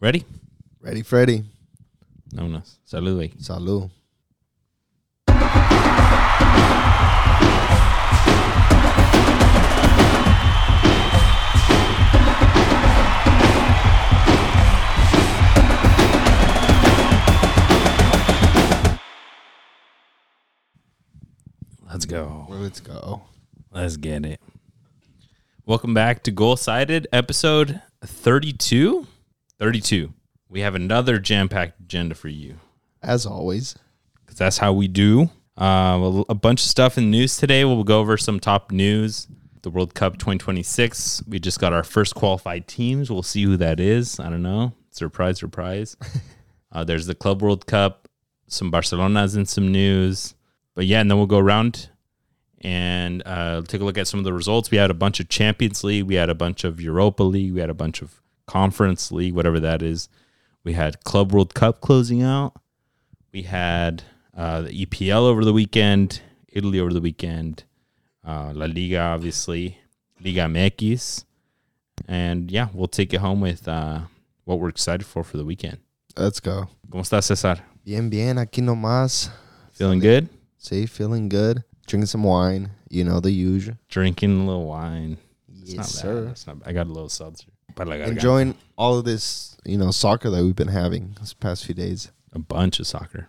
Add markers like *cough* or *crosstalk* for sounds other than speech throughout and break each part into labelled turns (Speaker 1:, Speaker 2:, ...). Speaker 1: Ready?
Speaker 2: Ready, Freddy.
Speaker 1: Vámonos. Saludos, güey.
Speaker 2: Salud.
Speaker 1: Let's go.
Speaker 2: Let's go.
Speaker 1: Let's get it. Welcome back to Goal Sided, episode 32. 32. We have another jam packed agenda for you
Speaker 2: As always,
Speaker 1: because that's how we do. Uh, a bunch of stuff in the news today. We'll go over some top news. The World Cup 2026. We just got our first qualified teams. We'll see who that is. I don't know. Surprise, surprise. uh, there's the Club World Cup, some Barcelona's in some news. But yeah, and then we'll go around and uh, take a look at some of the results. We had a bunch of Champions League, we had a bunch of Europa League, we had a bunch of Conference League, whatever that is. We had Club World Cup closing out. We had uh, the EPL over the weekend, Italy over the weekend, uh, La Liga, obviously, Liga MX. And yeah, we'll take it home with uh, what we're excited for for the weekend.
Speaker 2: let's go.
Speaker 1: ¿Cómo estás, Cesar?
Speaker 2: Bien, bien. Aquí nomás.
Speaker 1: Feeling good?
Speaker 2: See, feeling good. Drinking some wine. You know, the usual.
Speaker 1: Drinking a little wine. It's
Speaker 2: Yes,
Speaker 1: not bad. That's not bad. I got a little seltzer. But like, I got
Speaker 2: Enjoying all of this, you know, soccer that we've been having this past few days.
Speaker 1: a bunch of soccer.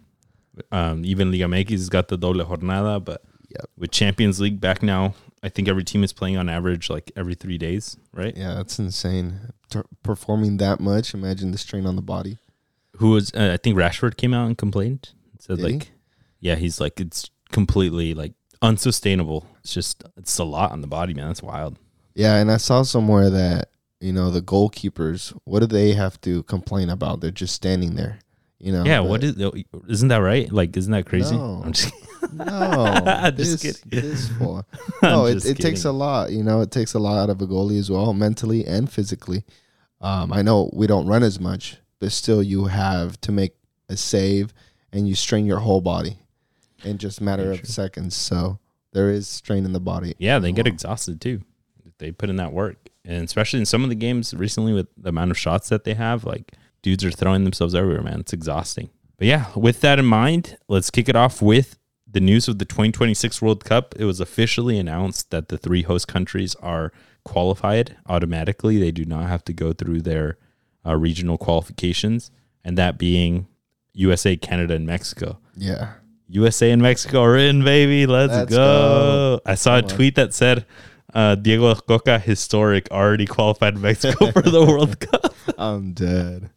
Speaker 1: Um, even Liga MX has got the doble jornada, but
Speaker 2: Yep.
Speaker 1: with Champions League back now, I think every team is playing on average like every three days, right?
Speaker 2: Yeah, that's insane. T- performing that much, imagine the strain on the body.
Speaker 1: who was uh, I think Rashford came out and complained. Said
Speaker 2: Did he?
Speaker 1: like, yeah, he's like it's completely like unsustainable. It's just it's a lot on the body, man. That's wild.
Speaker 2: Yeah, and I saw somewhere that, you know, the goalkeepers, what do they have to complain about? They're just standing there. You know.
Speaker 1: yeah,
Speaker 2: but-
Speaker 1: what is oh, isn't that right? Like, isn't that crazy?
Speaker 2: No.
Speaker 1: I'm just-
Speaker 2: *laughs*
Speaker 1: *laughs*
Speaker 2: No,
Speaker 1: Just
Speaker 2: this,
Speaker 1: kidding.
Speaker 2: this fool.
Speaker 1: *laughs*
Speaker 2: No, it,
Speaker 1: just
Speaker 2: it takes a
Speaker 1: kidding.
Speaker 2: lot. You know, it takes a lot out of a goalie as well, mentally and physically. Um, I know we don't run as much, but still, you have to make a save, and you strain your whole body in just a matter
Speaker 1: Very
Speaker 2: of
Speaker 1: true.
Speaker 2: seconds. So there is strain in the body.
Speaker 1: yeah, they get
Speaker 2: Wow.
Speaker 1: exhausted too. They put in that work, and especially in some of the games recently with the amount of shots that they have, like dudes are throwing themselves everywhere, man. It's exhausting. But yeah, with that in mind, let's kick it off with the news of the 2026 World Cup. It was officially announced that the three host countries are qualified automatically. They do not have to go through their uh, regional qualifications, and that being USA, Canada, and Mexico. *laughs*
Speaker 2: Yeah,
Speaker 1: USA and Mexico are in, baby. Let's,
Speaker 2: Let's
Speaker 1: go. I saw a
Speaker 2: Come on.
Speaker 1: tweet that said uh, Diego Coca, historic, already qualified Mexico for
Speaker 2: *laughs*
Speaker 1: the World Cup.
Speaker 2: I'm dead.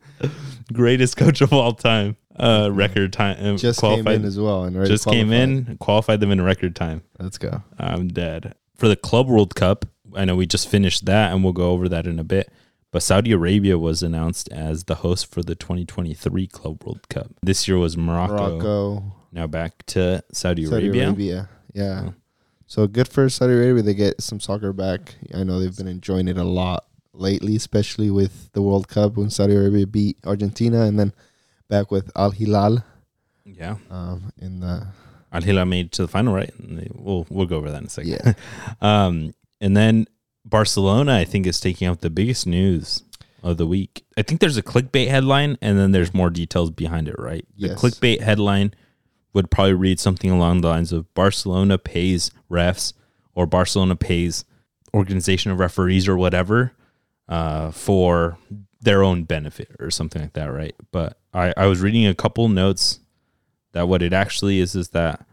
Speaker 1: Greatest coach of all time. Uh, record time. uh,
Speaker 2: Just came in as well, and already
Speaker 1: just came
Speaker 2: qualified.
Speaker 1: in, qualified them in record time.
Speaker 2: Let's go.
Speaker 1: I'm dead. For the Club World Cup, I know we just finished that and we'll go over that in a bit. But Saudi Arabia was announced as the host for the 2023 Club World Cup. This year was Morocco.
Speaker 2: Morocco,
Speaker 1: Now back to Saudi,
Speaker 2: Saudi Arabia. Oh.
Speaker 1: Arabia.
Speaker 2: Yeah.
Speaker 1: Yeah.
Speaker 2: So good for Saudi Arabia. They get some soccer back. I know they've been enjoying it a lot lately, especially with the World Cup when Saudi Arabia beat Argentina and then back with Al Hilal
Speaker 1: Yeah.
Speaker 2: um, in the.
Speaker 1: Al Hilal made it to the final, right? And they- We'll we'll go over that in a second.
Speaker 2: *laughs* Yeah.
Speaker 1: Um, and then Barcelona, I think, is taking out the biggest news of the week. I think there's a clickbait headline, and then there's more details behind it, right? The
Speaker 2: Yes.
Speaker 1: clickbait headline would probably read something along the lines of Barcelona pays refs, or Barcelona pays organization of referees, or whatever, uh, for their own benefit, or something like that, right? But I, I was reading a couple notes that what it actually is is that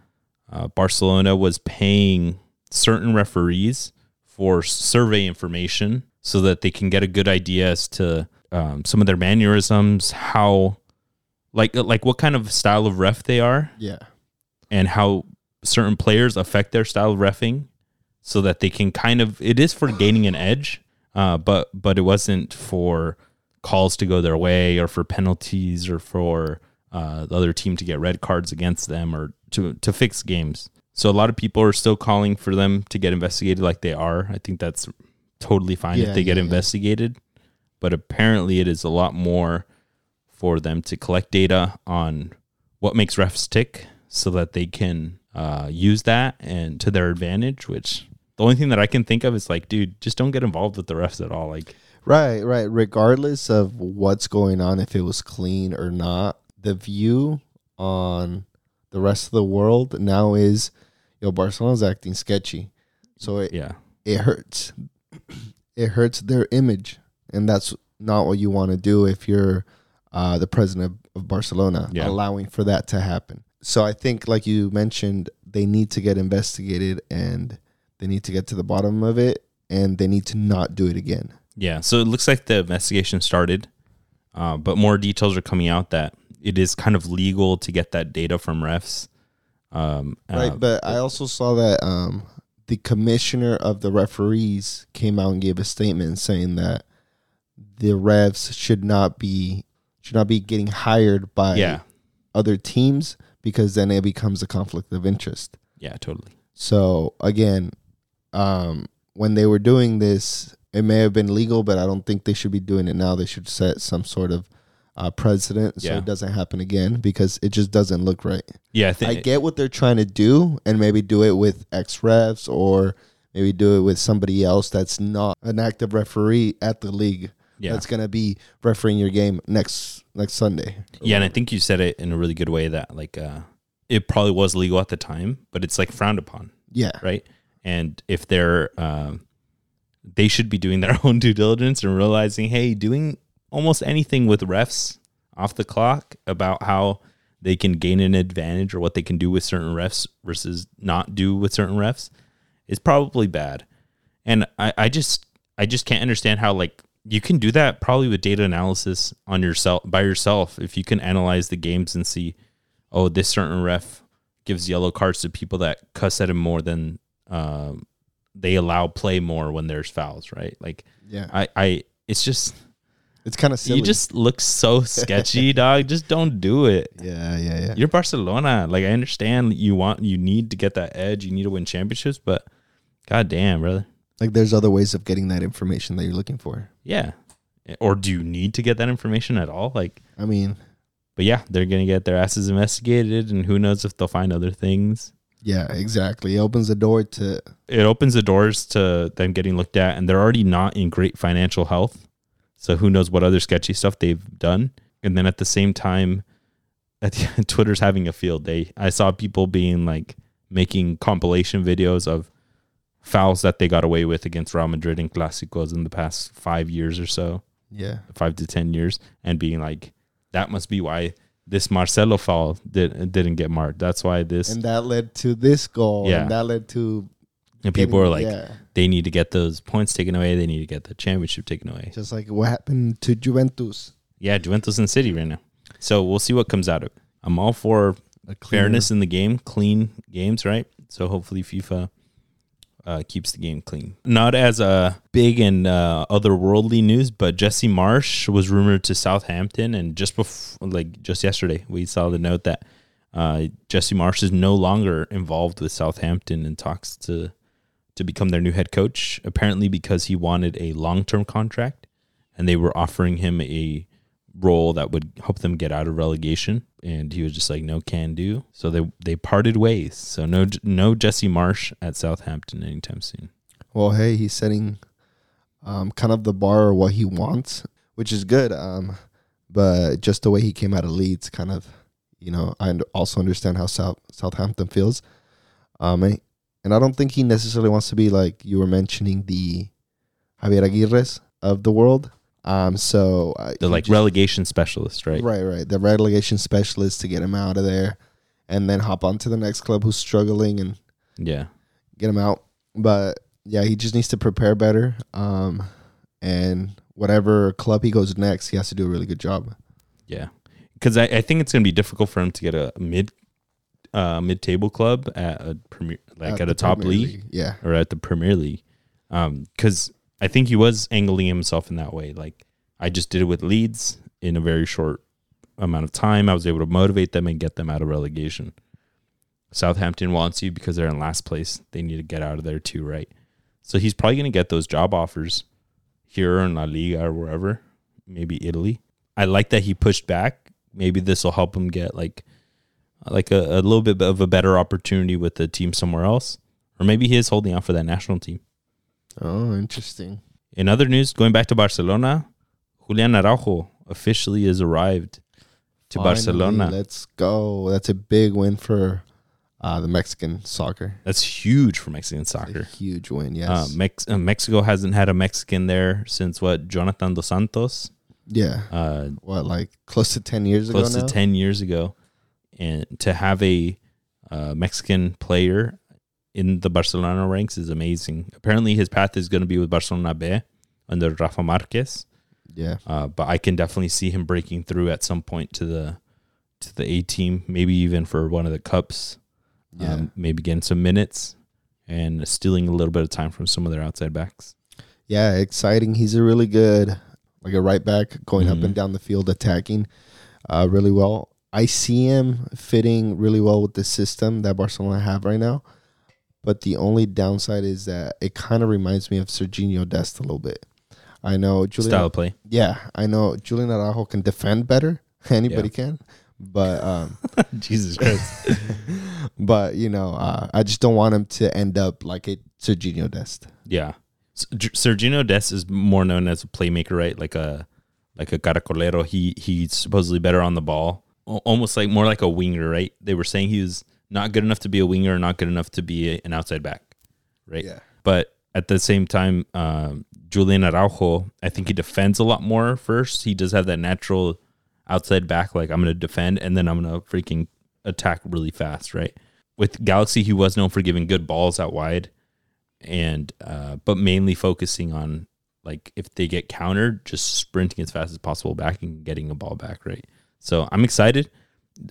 Speaker 1: uh, Barcelona was paying certain referees for survey information so that they can get a good idea as to um, some of their mannerisms, how, like, like what kind of style of ref they are,
Speaker 2: Yeah.
Speaker 1: and how certain players affect their style of refing, so that they can kind of. It is for gaining an edge, uh, but but it wasn't for calls to go their way or for penalties or for uh, the other team to get red cards against them or to to fix games. So a lot of people are still calling for them to get investigated, like they are. I think that's totally fine
Speaker 2: Yeah,
Speaker 1: if they get
Speaker 2: yeah, yeah.
Speaker 1: investigated, but apparently it is a lot more for them to collect data on what makes refs tick so that they can uh, use that and to their advantage which the only thing that i can think of is like dude just don't get involved with the refs at all like
Speaker 2: Right, right. Regardless of what's going on, if it was clean or not, the view on the rest of the world now is, yo, Barcelona's acting sketchy. So it,
Speaker 1: Yeah.
Speaker 2: it hurts. It hurts their image. And that's not what you want to do if you're uh, the president of, of Barcelona,
Speaker 1: Yeah.
Speaker 2: allowing for that to happen. So I think, like you mentioned, they need to get investigated and they need to get to the bottom of it and they need to not do it again.
Speaker 1: Yeah. So it looks like the investigation started, uh, but more details are coming out that it is kind of legal to get that data from refs. Um, uh,
Speaker 2: Right, but I also saw that um, the commissioner of the referees came out and gave a statement saying that the refs should not be should not be getting hired by
Speaker 1: yeah.
Speaker 2: other teams because then it becomes a conflict of interest.
Speaker 1: Yeah. Totally.
Speaker 2: So again, um, when they were doing this, it may have been legal, but I don't think they should be doing it now. They should set some sort of uh, precedent so
Speaker 1: Yeah.
Speaker 2: it doesn't happen again because it just doesn't look right.
Speaker 1: Yeah. I think.
Speaker 2: I get what they're trying to do, and maybe do it with ex refs or maybe do it with somebody else that's not an active referee at the league.
Speaker 1: Yeah.
Speaker 2: that's gonna be refereeing your game next next Sunday.
Speaker 1: Yeah, and I think you said it in a really good way that like uh it probably was legal at the time, but it's like frowned upon,
Speaker 2: Yeah,
Speaker 1: right? And if they're um they should be doing *laughs* their own due diligence and realizing, hey, doing almost anything with refs off the clock about how they can gain an advantage or what they can do with certain refs versus not do with certain refs is probably bad. And I, I just I just can't understand how like you can do that probably with data analysis on yourself by yourself if you can analyze the games and see, oh, this certain ref gives yellow cards to people that cuss at him more than um, they allow play more when there's fouls, right? Like
Speaker 2: yeah,
Speaker 1: I, I it's just
Speaker 2: it's kind of silly.
Speaker 1: you just look
Speaker 2: *laughs*
Speaker 1: so sketchy, dog. Just don't do it.
Speaker 2: yeah, yeah, yeah.
Speaker 1: You're Barcelona. Like I understand you want you need to get that edge, you need to win championships, but god damn, brother.
Speaker 2: Like there's other ways of getting that information that you're looking for.
Speaker 1: Yeah. Or do you need to get that information at all? Like,
Speaker 2: I mean,
Speaker 1: but yeah, they're going to get their asses investigated, and who knows if they'll find other things.
Speaker 2: yeah, exactly. It opens the door to
Speaker 1: It opens the doors to them getting looked at, and they're already not in great financial health. So who knows what other sketchy stuff they've done. And then at the same time, *laughs* at the, Twitter's having a field day. I saw people being like making compilation videos of fouls that they got away with against Real Madrid and Clásicos in the past five years or so.
Speaker 2: yeah,
Speaker 1: five to ten years and being like, that must be why this Marcelo foul did, didn't get marked. That's why this.
Speaker 2: and
Speaker 1: And,
Speaker 2: that led to this goal.
Speaker 1: Yeah.
Speaker 2: and that led to
Speaker 1: people
Speaker 2: getting-
Speaker 1: are like,
Speaker 2: yeah.
Speaker 1: they need to get those points taken away. They need to get the championship taken away.
Speaker 2: just like what happened to Juventus.
Speaker 1: Yeah, Juventus and City right now. So we'll see what comes out of it. I'm all for fairness in the game, clean games, right? So hopefully FIFA uh, keeps the game clean. Not as uh, big and uh, otherworldly news, but Jesse Marsh was rumored to Southampton, and just before, like just yesterday, we saw the note that uh, Jesse Marsh is no longer involved with Southampton and talks to to become their new head coach. Apparently, because he wanted a long term contract, and they were offering him a role that would help them get out of relegation and he was just like no can do so they they parted ways so no no jesse marsh at southampton anytime soon
Speaker 2: Well, hey, he's setting um, kind of the bar or what he wants, which is good. Um, but just the way he came out of Leeds, kind of, you know, I und- also understand how South Southampton feels. Um, and, and I don't think he necessarily wants to be like you were mentioning the Javier Aguirre's of the world. Um, so I,
Speaker 1: the
Speaker 2: he
Speaker 1: like
Speaker 2: just-
Speaker 1: relegation specialist right
Speaker 2: Right, right. The relegation specialist to get him out of there, and then hop on to the next club who's struggling and
Speaker 1: yeah
Speaker 2: get him out. But yeah, he just needs to prepare better. Um, and whatever club he goes next, he has to do a really good job.
Speaker 1: yeah because I, I think it's going to be difficult for him to get a mid uh mid table club at a premier like at,
Speaker 2: the
Speaker 1: a top
Speaker 2: Premier
Speaker 1: league,
Speaker 2: Yeah,
Speaker 1: or at the premier league um because i think he was angling himself in that way like i just did it with leeds in a very short amount of time i was able to motivate them and get them out of relegation Southampton wants you because they're in last place. They need to get out of there too, right? So he's probably going to get those job offers here in La Liga or wherever, maybe Italy. I like that he pushed back. Maybe this will help him get like like a, a little bit of a better opportunity with the team somewhere else, or maybe he is holding out for that national team.
Speaker 2: Oh, interesting.
Speaker 1: In other news, going back to Barcelona, Julian Araujo officially has arrived to
Speaker 2: Finally,
Speaker 1: Barcelona.
Speaker 2: Let's go. That's a big win for uh, the Mexican soccer.
Speaker 1: That's huge for Mexican
Speaker 2: A
Speaker 1: soccer.
Speaker 2: huge win, yes.
Speaker 1: Uh, Mex- uh, Mexico hasn't had a Mexican there since what Jonathan dos Santos,
Speaker 2: yeah.
Speaker 1: uh,
Speaker 2: What, like close to 10 years
Speaker 1: close
Speaker 2: ago?
Speaker 1: to
Speaker 2: now?
Speaker 1: ten years ago, and to have a uh, Mexican player in the Barcelona ranks is amazing. Apparently, his path is going to be with Barcelona B under Rafa Marquez,
Speaker 2: Yeah.
Speaker 1: uh, but I can definitely see him breaking through at some point to the to the A team, maybe even for one of the cups.
Speaker 2: Yeah.
Speaker 1: Um, maybe getting some minutes and stealing a little bit of time from some of their outside backs.
Speaker 2: yeah, exciting. He's a really good, like a right back going up
Speaker 1: Mhm.
Speaker 2: and down the field, attacking uh, really well. I see him fitting really well with the system that Barcelona have right now. But the only downside is that it kind of reminds me of Serginho Dest a little bit. I know Julian
Speaker 1: Style of play.
Speaker 2: Yeah, I know Julian Araujo can defend better. *laughs* Anybody can, but um, *laughs*
Speaker 1: Jesus Christ.
Speaker 2: but you know, uh, I just don't want him to end up like a Serginho Dest.
Speaker 1: *laughs* yeah. S- J- Sergino Des is more known as a playmaker, right? Like a like a caracolero. He he's supposedly better on the ball. Al- Almost like more like a winger, right? They were saying he was not good enough to be a winger, not good enough to be a- an outside back, right?
Speaker 2: Yeah.
Speaker 1: But at the same time, um, Julian Araujo, I think he defends a lot more first. He does have that natural outside back, like I'm going to defend and then I'm going to freaking attack really fast, right? With Galaxy, he was known for giving good balls out wide, and uh, but mainly focusing on like if they get countered, just sprinting as fast as possible back and getting a ball back, right? So I'm excited.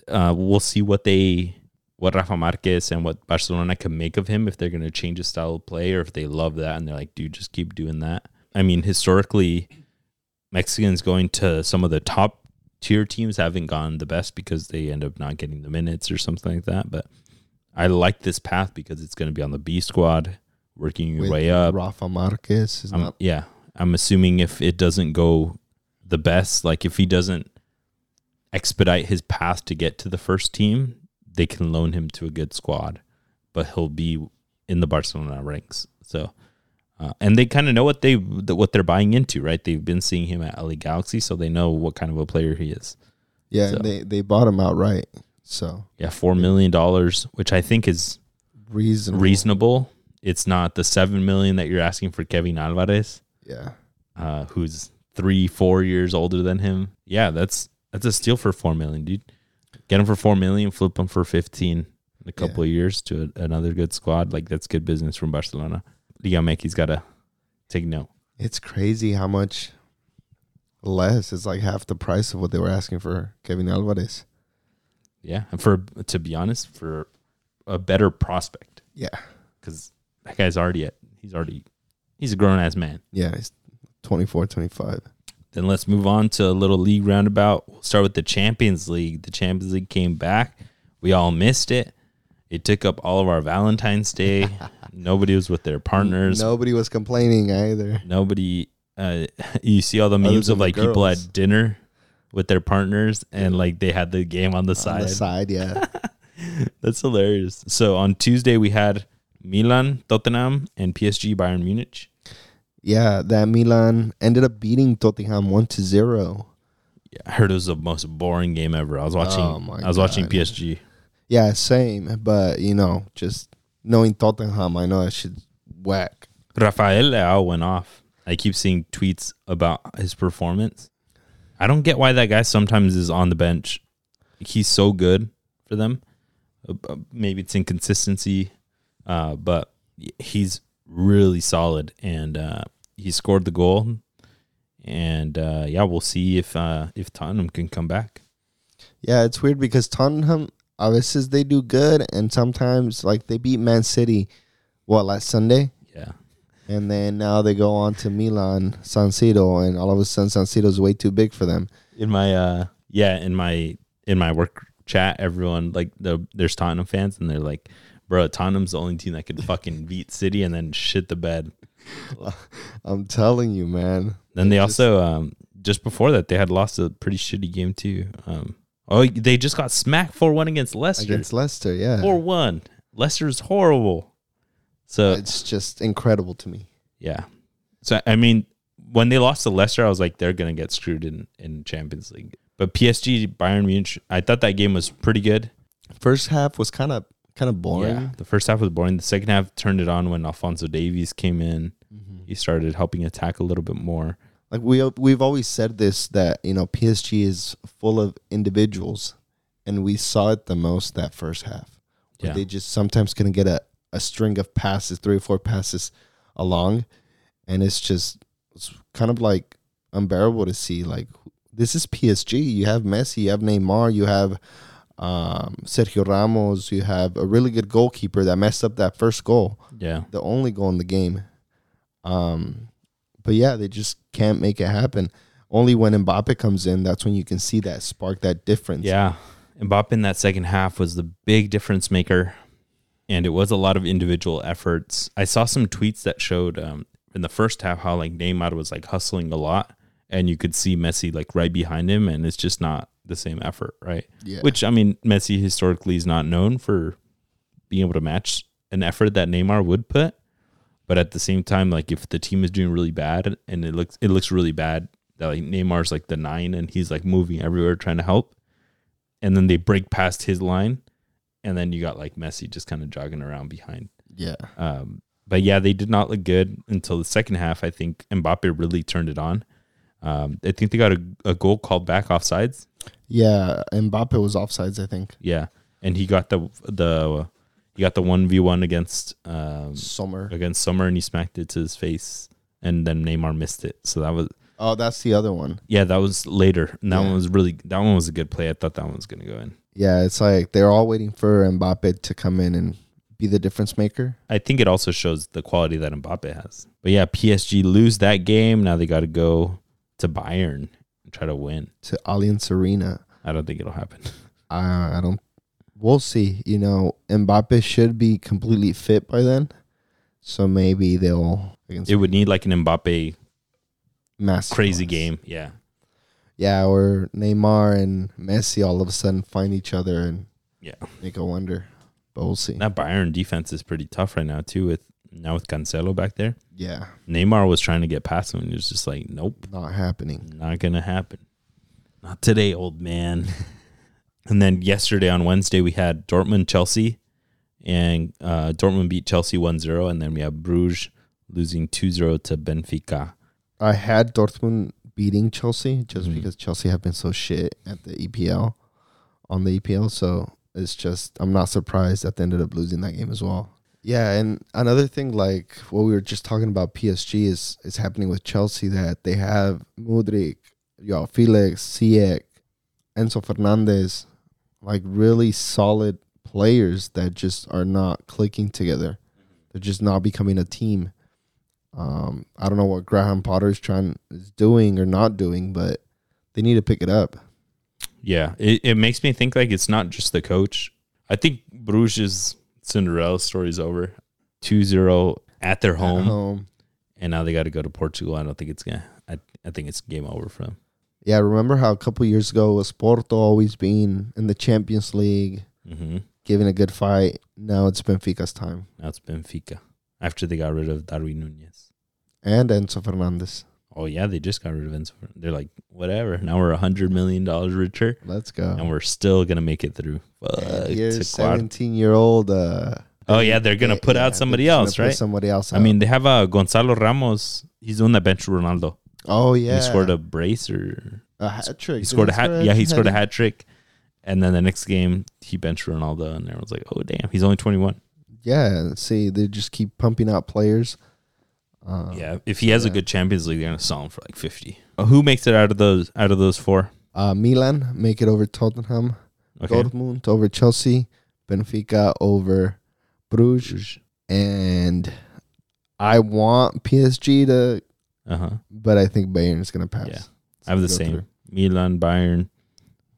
Speaker 1: Uh, we'll see what they what Rafa Marquez and what Barcelona can make of him if they're going to change his style of play or if they love that and they're like, dude, just keep doing that. I mean, historically, Mexicans going to some of the top tier teams haven't gone the best because they end up not getting the minutes or something like that. But I like this path because it's going to be on the B squad, working your
Speaker 2: With
Speaker 1: way up.
Speaker 2: Rafa Marquez is
Speaker 1: I'm-
Speaker 2: not.
Speaker 1: yeah, I'm assuming if it doesn't go the best, like if he doesn't expedite his path to get to the first team, they can loan him to a good squad, but he'll be in the Barcelona ranks. So, uh, and they kind of know what they what they're buying into, right? They've been seeing him at LA Galaxy, so they know what kind of a player he is.
Speaker 2: Yeah,
Speaker 1: So-
Speaker 2: they they bought him outright, so
Speaker 1: Yeah, four million dollars, which I think is
Speaker 2: reasonable.
Speaker 1: reasonable. It's not the seven million that you're asking for Kevin Alvarez.
Speaker 2: Yeah,
Speaker 1: uh, who's three, four years older than him. Yeah, that's that's a steal for four million, dude. Get him for four million, flip him for fifteen in a couple of years to a, another good squad. Like that's good business from Barcelona. Liga Meki's got to take note.
Speaker 2: it's crazy how much less. It's like half the price of what they were asking for Kevin Alvarez.
Speaker 1: Yeah, and for to be honest, for a better prospect
Speaker 2: Yeah,
Speaker 1: because that guy's already at he's already he's a grown ass man.
Speaker 2: yeah, he's 24, 25.
Speaker 1: Then let's move on to a little league roundabout. We'll start with the Champions League. The Champions League came back. We all missed it. It took up all of our Valentine's
Speaker 2: *laughs*
Speaker 1: Day. Nobody was with their partners.
Speaker 2: Nobody was complaining either.
Speaker 1: Nobody. Uh, *laughs* you see all the memes
Speaker 2: than
Speaker 1: of
Speaker 2: the
Speaker 1: like people
Speaker 2: girls.
Speaker 1: at dinner with their partners and like they had the game on the
Speaker 2: On
Speaker 1: side.
Speaker 2: the side, yeah. *laughs*
Speaker 1: That's hilarious. So on Tuesday we had Milan, Tottenham, and PSG Bayern Munich.
Speaker 2: Yeah, that Milan ended up beating Tottenham one to zero.
Speaker 1: Yeah, I heard it was the most boring game ever. I was watching.
Speaker 2: Oh my
Speaker 1: I was watching
Speaker 2: God.
Speaker 1: PSG.
Speaker 2: Yeah, same. But you know, just knowing Tottenham, I know I should whack.
Speaker 1: Rafael Leao went off. I keep seeing tweets about his performance. I don't get why that guy sometimes is on the bench. He's so good for them. Uh, uh, Maybe it's inconsistency, uh, but he's really solid, and uh, he scored the goal. And uh, yeah, we'll see if uh, if Tottenham can come back.
Speaker 2: Yeah, it's weird because Tottenham, a veces they do good, and sometimes like they beat Man City, what last Sunday,
Speaker 1: Yeah,
Speaker 2: and then now they go on to Milan, San Siro, and all of a sudden San Siro's way too big for them.
Speaker 1: in my uh yeah in my in my work chat everyone like the, there's tottenham fans and they're like bro tottenham's the only team that could fucking *laughs* beat city and then shit the bed
Speaker 2: I'm telling you, man.
Speaker 1: then they
Speaker 2: It just-
Speaker 1: also um just before that they had lost a pretty shitty game too um oh they just got smacked 4-1 against leicester
Speaker 2: against Leicester, yeah,
Speaker 1: 4-1 leicester's horrible so
Speaker 2: it's just incredible to me.
Speaker 1: yeah so i mean when they lost to Leicester, I was like, they're gonna get screwed in in Champions League. But PSG Bayern Munich, I thought that game was pretty good.
Speaker 2: First half was kind of kind of boring.
Speaker 1: The first half was boring. The second half turned it on when Alfonso Davies came in. He started helping attack a little bit more.
Speaker 2: Like we we've always said this that you know PSG is full of individuals, and we saw it the most that first half. where
Speaker 1: Yeah.
Speaker 2: They just sometimes can get a, a string of passes, three or four passes along, and it's just it's kind of like unbearable to see. Like this is PSG. You have Messi, you have Neymar, you have um, Sergio Ramos, you have a really good goalkeeper that messed up that first goal
Speaker 1: Yeah.
Speaker 2: the only goal in the game. Um, but yeah, they just can't make it happen. Only when Mbappe comes in, that's when you can see that spark, that difference.
Speaker 1: Yeah. Mbappe in that second half was the big difference maker. And it was a lot of individual efforts. I saw some tweets that showed um, in the first half how like Neymar was like hustling a lot and you could see Messi like right behind him and it's just not the same effort, right?
Speaker 2: Yeah.
Speaker 1: Which I mean Messi historically is not known for being able to match an effort that Neymar would put. But at the same time, like if the team is doing really bad and it looks it looks really bad, that like Neymar's like the nine and he's like moving everywhere trying to help and then they break past his line, and then you got like Messi just kind of jogging around behind.
Speaker 2: yeah,
Speaker 1: Um, but yeah, they did not look good until the second half. I think Mbappe really turned it on. Um, I think they got a, a goal called back offsides.
Speaker 2: yeah. Mbappe was offsides, I think.
Speaker 1: Yeah, and he got the the he got the one v one against um,
Speaker 2: Sommer.
Speaker 1: against Summer, and he smacked it to his face, and then Neymar missed it. So that was
Speaker 2: Oh, that's the other one.
Speaker 1: yeah, that was later. And that
Speaker 2: Yeah.
Speaker 1: one was really that one was a good play. I thought that one was gonna go in.
Speaker 2: Yeah, it's like they're all waiting for Mbappe to come in and be the difference maker.
Speaker 1: I think it also shows the quality that Mbappe has. But yeah, PSG lose that game. Now they got to go to Bayern and try to win.
Speaker 2: To Allianz Arena,
Speaker 1: I don't think it'll happen.
Speaker 2: I, I don't. We'll see. You know, Mbappe should be completely fit by then, so maybe they'll against
Speaker 1: It would need like an Mbappe
Speaker 2: massive
Speaker 1: crazy game. Yeah.
Speaker 2: Yeah, or Neymar and Messi all of a sudden find each other and
Speaker 1: Yeah.
Speaker 2: make a wonder. But we'll see.
Speaker 1: That Bayern defense is pretty tough right now too with now with Cancelo back there.
Speaker 2: Yeah,
Speaker 1: Neymar was trying to get past him and he was just like, "Nope,
Speaker 2: not happening.
Speaker 1: not going to happen. Not today, old man." *laughs* and then yesterday on Wednesday we had Dortmund Chelsea and uh, Dortmund beat Chelsea 1-0 and then we have Bruges losing 2-0 to Benfica.
Speaker 2: I had Dortmund beating Chelsea just because Chelsea have been so shit at the EPL on the EPL. So it's just I'm not surprised that they ended up losing that game as well. Yeah, and another thing like what we were just talking about PSG is is happening with Chelsea that they have Mudrik, Joao Felix, Ziyech, Enzo Fernandez, like really solid players that just are not clicking together. They're just not becoming a team. Um, I don't know what Graham Potter is trying is doing or not doing, but they need to pick it up.
Speaker 1: Yeah, it, it makes me think like it's not just the coach. I think Bruges' Cinderella story is over. 2-0 at their
Speaker 2: At
Speaker 1: home,
Speaker 2: home.
Speaker 1: and now they got to go to Portugal. I don't think it's gonna. I, I think it's game over for them.
Speaker 2: Yeah, remember how a couple years ago was Porto always being in the Champions League,
Speaker 1: Mm-hmm.
Speaker 2: giving a good fight. Now it's Benfica's time.
Speaker 1: Now it's Benfica after they got rid of Darwin Nunez.
Speaker 2: And Enzo Fernandez.
Speaker 1: Oh yeah, they just got rid of Enzo. Fern- They're like whatever. Now we're a hundred million dollars richer,
Speaker 2: Let's
Speaker 1: and
Speaker 2: go.
Speaker 1: we're still gonna make it through. Fuck,
Speaker 2: And
Speaker 1: to
Speaker 2: Here's
Speaker 1: quad-
Speaker 2: 17 year old. Uh,
Speaker 1: Oh yeah, they're gonna
Speaker 2: yeah,
Speaker 1: put
Speaker 2: yeah,
Speaker 1: out somebody
Speaker 2: they're gonna
Speaker 1: else,
Speaker 2: put
Speaker 1: right?
Speaker 2: Somebody else.
Speaker 1: I
Speaker 2: out.
Speaker 1: mean, they have uh, Gonzalo Ramos. He's on the bench, with Ronaldo.
Speaker 2: oh, yeah.
Speaker 1: He scored a brace or
Speaker 2: a hat trick.
Speaker 1: he scored a
Speaker 2: Didn't
Speaker 1: hat. Yeah, he scored a
Speaker 2: header?
Speaker 1: hat trick. And then the next game, he benched Ronaldo, and everyone's like, "Oh damn, he's only 21."
Speaker 2: Yeah, see, they just keep pumping out players. Uh,
Speaker 1: yeah, if he has a
Speaker 2: yeah.
Speaker 1: good Champions League, they're gonna sell him for like 50. Who makes it out of those out of those four?
Speaker 2: Uh, Milan make it over Tottenham. Dortmund over Chelsea. Benfica over Bruges. and I want PSG to,
Speaker 1: Uh huh.
Speaker 2: but I think Bayern is going to pass.
Speaker 1: Yeah. I have the
Speaker 2: Go
Speaker 1: same.
Speaker 2: through.
Speaker 1: Milan, Bayern,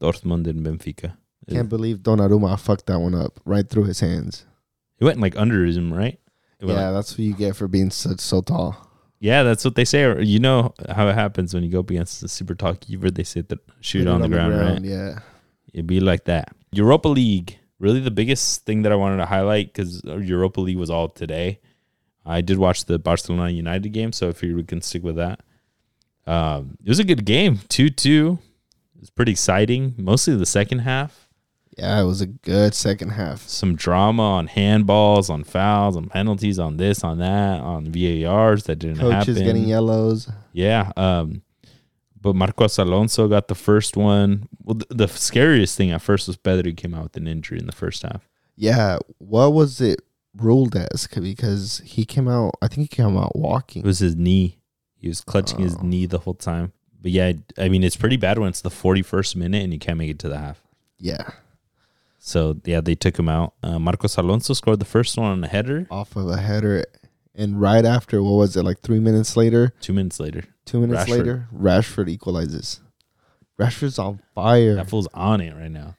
Speaker 1: Dortmund, and Benfica.
Speaker 2: Can't believe Donnarumma fucked that one up right through his hands.
Speaker 1: It went like under him, right? It went,
Speaker 2: yeah,
Speaker 1: like-
Speaker 2: that's what you get for being so, so tall.
Speaker 1: yeah, that's what they say. You know how it happens when you go up against the super talk keeper. They say that shoot
Speaker 2: Hit it
Speaker 1: on, the, ground, right?
Speaker 2: Yeah,
Speaker 1: It'd be like that. Europa League, really the biggest thing that I wanted to highlight because Europa League was all today. I did watch the Barcelona United game, so if you can stick with that, Um, it was a good game, two two. It was pretty exciting, mostly the second half.
Speaker 2: Yeah, it was a good second half.
Speaker 1: Some drama on handballs, on fouls, on penalties, on this, on that, on VARs that didn't happen.
Speaker 2: Coaches getting yellows.
Speaker 1: Yeah. Um, but Marcos Alonso got the first one. Well, th- the scariest thing at first was Pedri came out with an injury in the first half.
Speaker 2: Yeah, what was it ruled as? C- Because he came out, I think he came out
Speaker 1: It
Speaker 2: walking.
Speaker 1: was his knee. He was clutching his
Speaker 2: Oh.
Speaker 1: knee the whole time. But yeah, I mean, it's pretty bad when it's the 41st minute and you can't make it to the half.
Speaker 2: Yeah,
Speaker 1: So yeah, they took him out. Uh, Marcos Alonso scored the first one on a header.
Speaker 2: off of a header. And right after, what was it, like three minutes later,
Speaker 1: Two minutes later,
Speaker 2: two minutes
Speaker 1: Rashford.
Speaker 2: later, Rashford equalizes. Rashford's on fire.
Speaker 1: that fool's on it right now.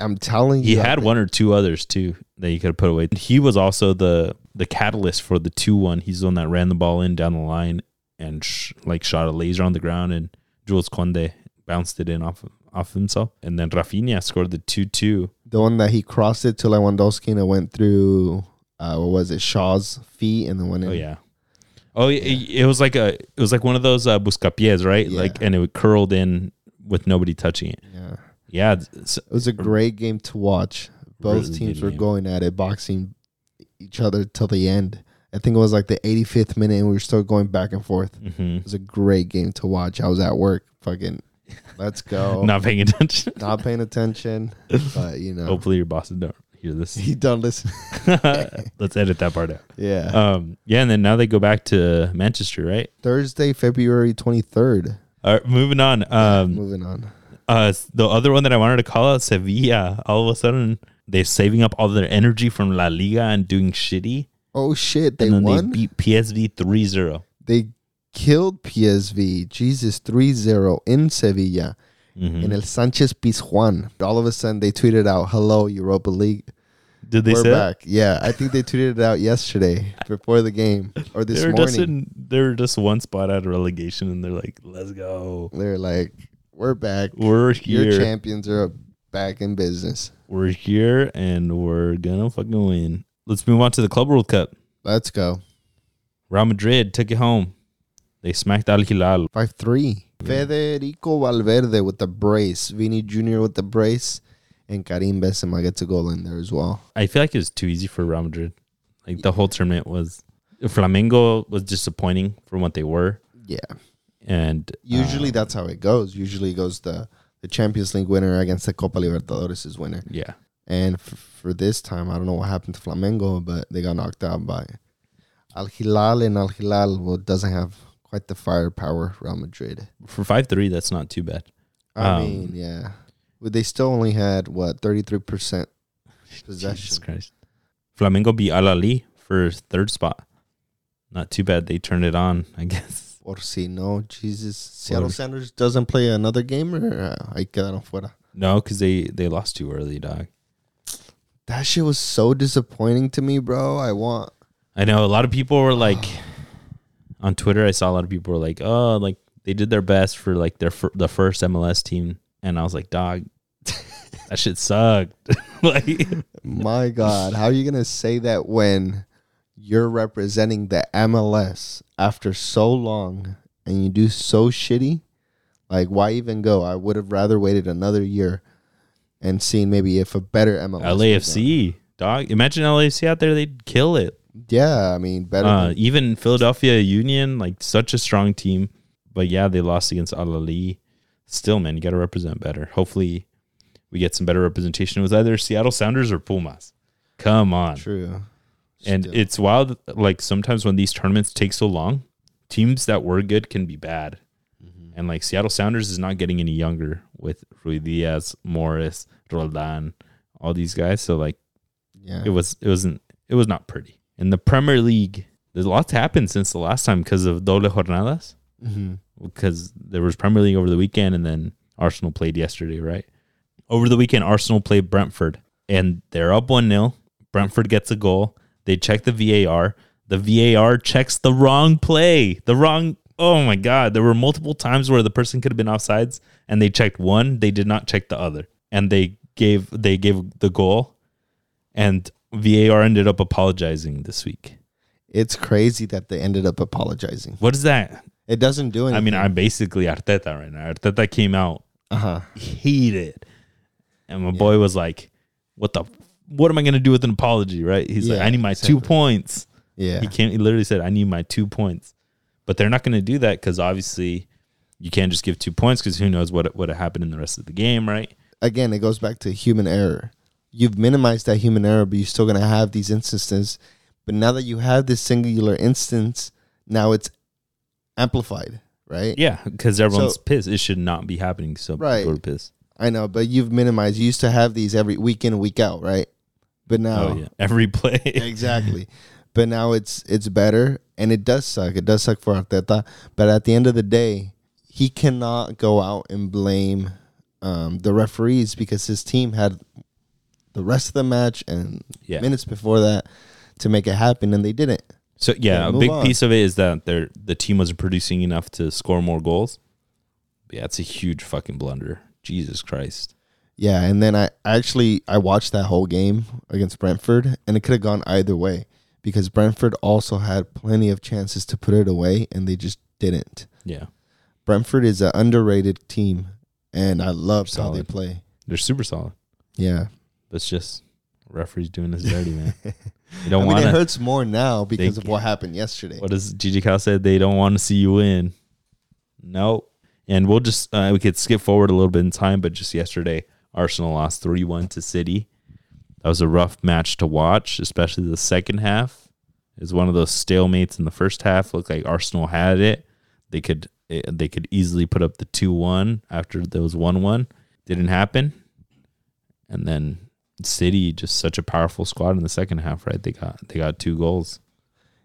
Speaker 2: I'm telling
Speaker 1: He
Speaker 2: you. I
Speaker 1: had
Speaker 2: think-
Speaker 1: one or two others too that he could have put away. He was also the the catalyst for the two one. He's the one that ran the ball in down the line and sh- like shot a laser on the ground, and Jules Conde bounced it in off off himself. And then Rafinha scored the two two.
Speaker 2: The one that he crossed it to Lewandowski and it went through, uh, what was it, Shaw's feet and then went in.
Speaker 1: Oh yeah. Oh, it- It, it was like a it was like one of those uh, buscapiés, right?
Speaker 2: Yeah.
Speaker 1: Like, and it curled in with nobody touching it.
Speaker 2: Yeah.
Speaker 1: Yeah, it's-
Speaker 2: It was a great game to watch. Both
Speaker 1: Really
Speaker 2: teams
Speaker 1: good
Speaker 2: were
Speaker 1: game.
Speaker 2: going at it, boxing each other till the end. I think it was like the 85th minute, and we were still going back and forth.
Speaker 1: mhm.
Speaker 2: It was a great game to watch. I was at work, fucking, let's
Speaker 1: *laughs*
Speaker 2: go.
Speaker 1: not paying attention.
Speaker 2: Not paying attention, but you know,
Speaker 1: Hopefully, your bosses don't hear
Speaker 2: *laughs*
Speaker 1: this. *laughs*
Speaker 2: he done Uh, listen.
Speaker 1: Let's edit that part out.
Speaker 2: yeah,
Speaker 1: Um, yeah, and then now they go back to Manchester, right?
Speaker 2: Thursday, February 23rd.
Speaker 1: All right, moving on. Um,
Speaker 2: Moving on.
Speaker 1: uh, the other one that I wanted to call out, Sevilla. All of a sudden, they're saving up all their energy from La Liga and doing shitty,
Speaker 2: Oh shit, they
Speaker 1: and then
Speaker 2: won.
Speaker 1: they beat PSV 3-0.
Speaker 2: they killed PSV, Jesus 3 0 in Sevilla,
Speaker 1: Mm-hmm.
Speaker 2: in El Sanchez Pizjuan. All of a sudden, they tweeted out, Hello, Europa League.
Speaker 1: Did they
Speaker 2: We're
Speaker 1: say that?
Speaker 2: back. Yeah, I think they tweeted it
Speaker 1: *laughs*
Speaker 2: out yesterday before the game or this
Speaker 1: they were just
Speaker 2: morning.
Speaker 1: in, they were just one spot out of relegation, and they're like, "Let's go,
Speaker 2: They're like, We're back.
Speaker 1: we're
Speaker 2: Your
Speaker 1: here,
Speaker 2: champions are back in business.
Speaker 1: we're here, and we're gonna fucking win." Let's move on to the Club World Cup.
Speaker 2: Let's go.
Speaker 1: Real Madrid took it home. They smacked Al Hilal.
Speaker 2: 5 3. Federico Valverde with the brace, Vini Jr. with the brace, and Karim Benzema gets a goal in there as well.
Speaker 1: I feel like it was too easy for Real Madrid. Like the whole tournament was Flamengo was disappointing from what they were,
Speaker 2: Yeah.
Speaker 1: and uh,
Speaker 2: Usually that's how it goes. Usually it goes the the Champions League winner against the Copa Libertadores' winner.
Speaker 1: yeah,
Speaker 2: And for, for this time, I don't know what happened to Flamengo, but they got knocked out by Al Hilal, and Al Hilal well, doesn't have quite the firepower Real Madrid.
Speaker 1: for five three, that's not too bad.
Speaker 2: I
Speaker 1: Um,
Speaker 2: mean, yeah, but they still only had what thirty three percent
Speaker 1: Jesus
Speaker 2: possession.
Speaker 1: Christ, Flamengo beat Al Ali for third spot. Not too bad. They turned it on, I guess. *laughs*
Speaker 2: Or si no, Jesus, Seattle
Speaker 1: Or-
Speaker 2: Sanders doesn't play another game, or uh, I quedaron fuera.
Speaker 1: No, because they they lost too early, dog.
Speaker 2: That shit was so disappointing to me, bro. I want
Speaker 1: I know a lot of people were like *sighs* on Twitter. I saw a lot of people were like, "Oh, like they did their best for like their fir- the first MLS team," and I was like, "Dog, *laughs* that shit sucked." *laughs* like,
Speaker 2: My God, how are you gonna say that when you're representing the MLS after so long and you do so shitty? Like, why even go? I would have rather waited another year and seen maybe if a better MLS. was on.
Speaker 1: LAFC, dog. Imagine LAFC out there; they'd kill it.
Speaker 2: Yeah, I mean, better.
Speaker 1: Uh,
Speaker 2: than,
Speaker 1: even Philadelphia Union, like such a strong team, but yeah, they lost against Al Ali. Still, man, you got to represent better. Hopefully, we get some better representation with either Seattle Sounders or Pumas. Come on.
Speaker 2: true.
Speaker 1: And
Speaker 2: Still.
Speaker 1: it's wild. Like sometimes when these tournaments take so long, teams that were good can be bad. And like Seattle Sounders is not getting any younger with Rui Diaz, Morris, Roldan, all these guys. So like
Speaker 2: yeah,
Speaker 1: it was it wasn't it was not pretty. In the Premier League, there's a lot's happened since the last time because of doble jornadas.
Speaker 2: Mhm.
Speaker 1: Because there was Premier League over the weekend, and then Arsenal played yesterday, right? Over the weekend, Arsenal played Brentford, and they're up one 0 Brentford gets a goal. They check the VAR. The VAR checks the wrong play. The wrong. Oh my God! There were multiple times where the person could have been offsides, and they checked one. They did not check the other, and they gave they gave the goal and VAR ended up apologizing this week.
Speaker 2: it's crazy that they ended up apologizing.
Speaker 1: What is that?
Speaker 2: It doesn't do
Speaker 1: I
Speaker 2: anything.
Speaker 1: mean, I'm basically Arteta right now. Arteta came out
Speaker 2: uh huh.
Speaker 1: heated, and my boy was like, "What the? What am I gonna do with an apology?" Right? He's like,
Speaker 2: Yeah,
Speaker 1: "I need my two
Speaker 2: exactly.
Speaker 1: points."
Speaker 2: Yeah.
Speaker 1: He came. He literally said, "I need my two points," but they're not gonna do that because obviously you can't just give two points because who knows what what happened in the rest of the game, right?
Speaker 2: Again, it goes back to human error. You've minimized that human error, but you're still gonna have these instances. But now that you have this singular instance, now it's amplified, right?
Speaker 1: Yeah, because everyone's
Speaker 2: So-
Speaker 1: pissed. It should not be happening. So
Speaker 2: Right.
Speaker 1: people are pissed.
Speaker 2: I know, but you've minimized. You used to have these every week in, week out, right? But now,
Speaker 1: Oh yeah, *laughs* every play.
Speaker 2: exactly. But now it's it's better, and it does suck. It does suck for Arteta, but at the end of the day, he cannot go out and blame um, the referees because his team had the rest of the match and
Speaker 1: Yeah.
Speaker 2: minutes before that to make it happen, and they didn't.
Speaker 1: So yeah,
Speaker 2: Yeah,
Speaker 1: a
Speaker 2: move
Speaker 1: big
Speaker 2: on.
Speaker 1: piece of it is that they're, the team wasn't producing enough to score more goals. But yeah, it's a huge fucking blunder. Jesus Christ.
Speaker 2: Yeah, and then I I actually I watched that whole game against Brentford, and it could have gone either way because Brentford also had plenty of chances to put it away, and they just didn't.
Speaker 1: Yeah,
Speaker 2: Brentford is an underrated team, and I love how they
Speaker 1: Solid.
Speaker 2: play.
Speaker 1: they're super solid.
Speaker 2: Yeah,
Speaker 1: But it's just referees doing his dirty,
Speaker 2: *laughs*
Speaker 1: man. You
Speaker 2: I
Speaker 1: don't
Speaker 2: mean
Speaker 1: want to.
Speaker 2: it hurts more now because
Speaker 1: They-
Speaker 2: of what happened yesterday.
Speaker 1: What does Gigi Cow said? They don't want to see you win. No. And we'll just uh, we could skip forward a little bit in time, but just yesterday, Arsenal lost three one to City. That was a rough match to watch, especially the second half. Is one of those stalemates in the first half. Looked like Arsenal had it. They could eh, they could easily put up the two one after there was one one. Didn't happen. And then City just such a powerful squad in the second half, right? They got they got two goals.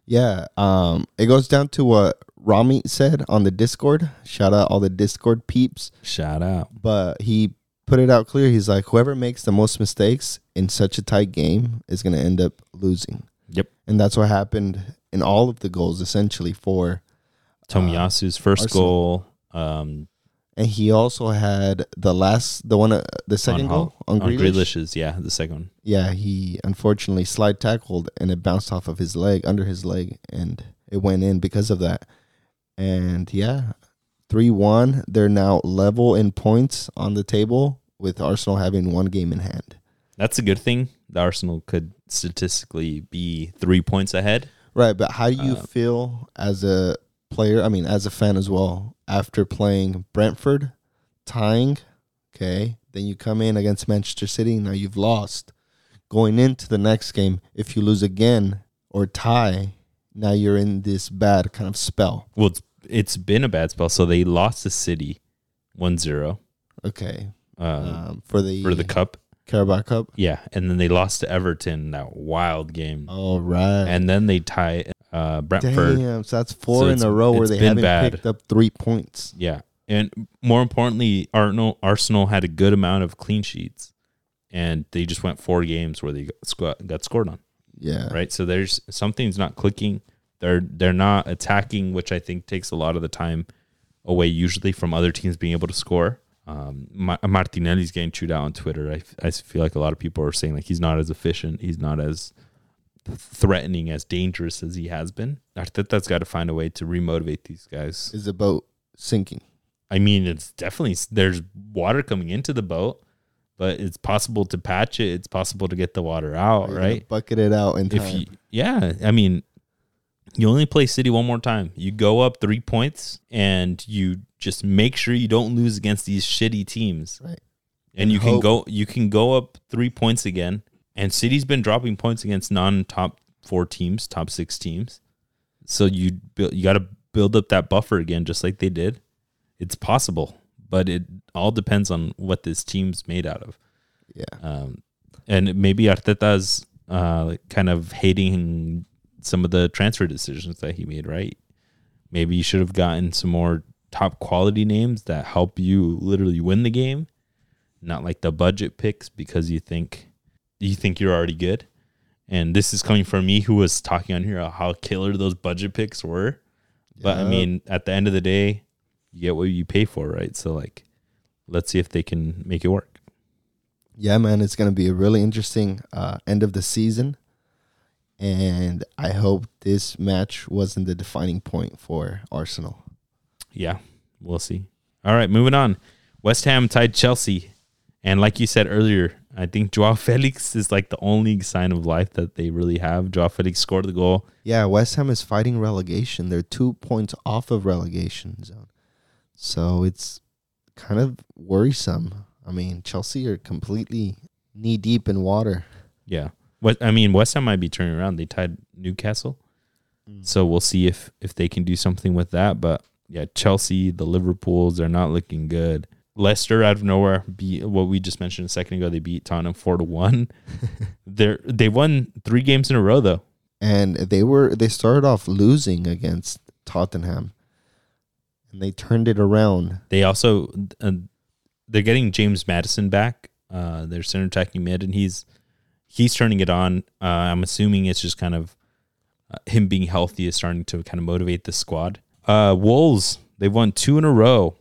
Speaker 2: Yeah, um, it goes down to what Rami said on the Discord. Shout out all the Discord peeps.
Speaker 1: Shout out.
Speaker 2: but he put it out clear. He's like, whoever makes the most mistakes in such a tight game is going to end up losing.
Speaker 1: Yep.
Speaker 2: And that's what happened in all of the goals, essentially, for.
Speaker 1: Tomiyasu's first
Speaker 2: Arsenal.
Speaker 1: goal. Um,
Speaker 2: And he also had the last, the one, uh, the second
Speaker 1: on
Speaker 2: goal
Speaker 1: Hol-
Speaker 2: on, Grealish.
Speaker 1: Grealish's, yeah, the second one.
Speaker 2: Yeah, he unfortunately slide tackled and it bounced off of his leg, under his leg, and it went in because of that. And yeah, 3 1. They're now level in points on the table with Arsenal having one game in hand.
Speaker 1: That's a good thing. The Arsenal could statistically be three points ahead.
Speaker 2: Right, but how do you
Speaker 1: Uh,
Speaker 2: feel as a player? I mean, as a fan as well, after playing Brentford, tying, okay, then you come in against Manchester City. Now you've lost. Going into the next game, if you lose again or tie, now you're in this bad kind of spell.
Speaker 1: Well, it's, it's been a bad spell. So they lost to City 1 0
Speaker 2: Okay,
Speaker 1: uh,
Speaker 2: um, for the
Speaker 1: for the Cup.
Speaker 2: Carabao Cup.
Speaker 1: Yeah. And then they lost to Everton, that wild game.
Speaker 2: All right,
Speaker 1: And then they tie uh, Brentford.
Speaker 2: Oh, damn, so that's four
Speaker 1: So
Speaker 2: in
Speaker 1: it's-
Speaker 2: a row where
Speaker 1: it's
Speaker 2: they
Speaker 1: been
Speaker 2: haven't
Speaker 1: bad.
Speaker 2: picked up three points.
Speaker 1: Yeah. And more importantly, Arsenal Arsenal had a good amount of clean sheets. And they just went four games where they got, squ- got scored on.
Speaker 2: Yeah,
Speaker 1: right? So there's something's not clicking. They're they're not attacking, which I think takes a lot of the time away, usually from other teams being able to score. Um, Ma- Martinelli's getting chewed out on Twitter. I, f- I feel like a lot of people are saying like he's not as efficient, he's not as threatening, as dangerous as he has been. Arteta's got to find a way to remotivate these guys.
Speaker 2: is the boat sinking?
Speaker 1: I mean, it's definitely there's water coming into the boat, but it's possible to patch it. It's possible to get the water out,
Speaker 2: Are you gonna
Speaker 1: right?
Speaker 2: bucket it out in time.
Speaker 1: if you yeah i mean you only play city one more time you go up three points and you just make sure you don't lose against these shitty teams
Speaker 2: Right.
Speaker 1: and you can
Speaker 2: hope.
Speaker 1: go you can go up three points again and city's been dropping points against non-top four teams top six teams so you build, you got to build up that buffer again just like they did it's possible but it all depends on what this team's made out of
Speaker 2: yeah.
Speaker 1: um, and maybe Arteta's uh, like, kind of hating some of the transfer decisions that he made, right? Maybe you should have gotten some more top quality names that help you literally win the game, not like the budget picks because you think you think you're already good. And this is coming from me, who was talking on here about how killer those budget picks were. But I
Speaker 2: Yeah.
Speaker 1: mean, at the end of the day, you get what you pay for, right? So like, let's see if they can make it work.
Speaker 2: Yeah, man, it's going to be a really interesting uh, end of the season. And I hope this match wasn't the defining point for Arsenal.
Speaker 1: yeah, we'll see. All right, moving on. West Ham tied Chelsea, and like you said earlier, I think Joao *laughs* Felix is like the only sign of life that they really have. Joao Felix scored the goal.
Speaker 2: Yeah, West Ham is fighting relegation. They're two points off of relegation zone. So it's kind of worrisome. I mean, Chelsea are completely knee deep in water.
Speaker 1: Yeah. What I mean, West Ham might be turning around. They tied Newcastle, so we'll see if if they can do something with that. But yeah, Chelsea, the Liverpool's, they're not looking good. Leicester out of nowhere beat what we just mentioned a second ago. They beat Tottenham four to one. They're they won three games in a row though.
Speaker 2: And they were they started off losing against Tottenham. And they turned it around.
Speaker 1: They also uh, they're getting James Madison back, uh, their center attacking mid, and he's he's turning it on. Uh, I'm assuming it's just kind of uh, him being healthy is starting to kind of motivate the squad. Uh, Wolves they won two in a row,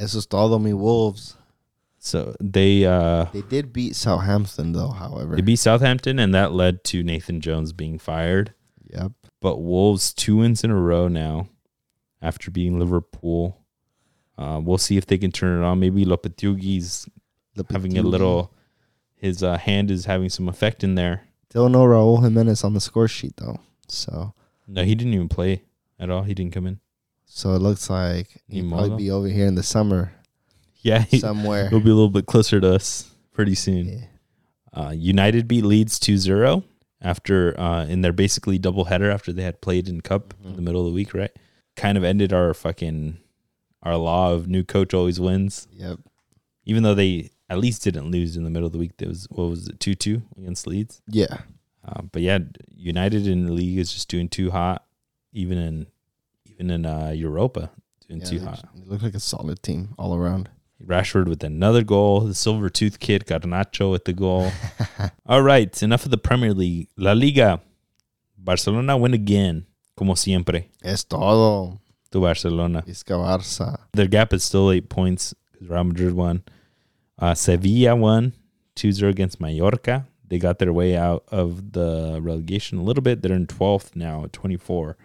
Speaker 2: Esos me Wolves.
Speaker 1: so they uh,
Speaker 2: They did beat Southampton though, however.
Speaker 1: they beat Southampton, and that led to Nathan Jones being fired.
Speaker 2: yep.
Speaker 1: But Wolves two wins in a row now, after beating Liverpool. Uh, we'll see if they can turn it on. Maybe Lopetegui's having a little his uh, hand is having some effect in there.
Speaker 2: E. Still no Raul Jimenez on the score sheet though. So
Speaker 1: No, he didn't even play at all. He didn't come in.
Speaker 2: so it looks like he'll
Speaker 1: Imola?
Speaker 2: probably be over here in the summer
Speaker 1: Yeah, he, *laughs*
Speaker 2: somewhere.
Speaker 1: he'll be a little bit closer to us pretty soon.
Speaker 2: Yeah.
Speaker 1: Uh, United beat Leeds 2-0 after uh, in their basically double header after they had played in cup in
Speaker 2: Mm-hmm.
Speaker 1: the middle of the week, right? Kind of ended our fucking our law of new coach always wins,
Speaker 2: Yep.
Speaker 1: even though they at least didn't lose in the middle of the week. That was what was it two two against Leeds.
Speaker 2: Yeah.
Speaker 1: Uh, but yeah, United in the league is just doing too hot, even in even in uh, Europa doing
Speaker 2: yeah
Speaker 1: too
Speaker 2: they
Speaker 1: hot.
Speaker 2: j- they look like a solid team all around. *laughs*
Speaker 1: Rashford with another goal. The silver tooth kid Garnacho with the
Speaker 2: *laughs*
Speaker 1: goal. All right, enough of the Premier League. La Liga. Barcelona win again, como siempre.
Speaker 2: Es todo.
Speaker 1: To Barcelona.
Speaker 2: Vizca Barça.
Speaker 1: Their gap is still eight points because Real Madrid won. Uh, Sevilla won 2 0 against Mallorca. They got their way out of the relegation a little bit. They're in 12th now, at 24.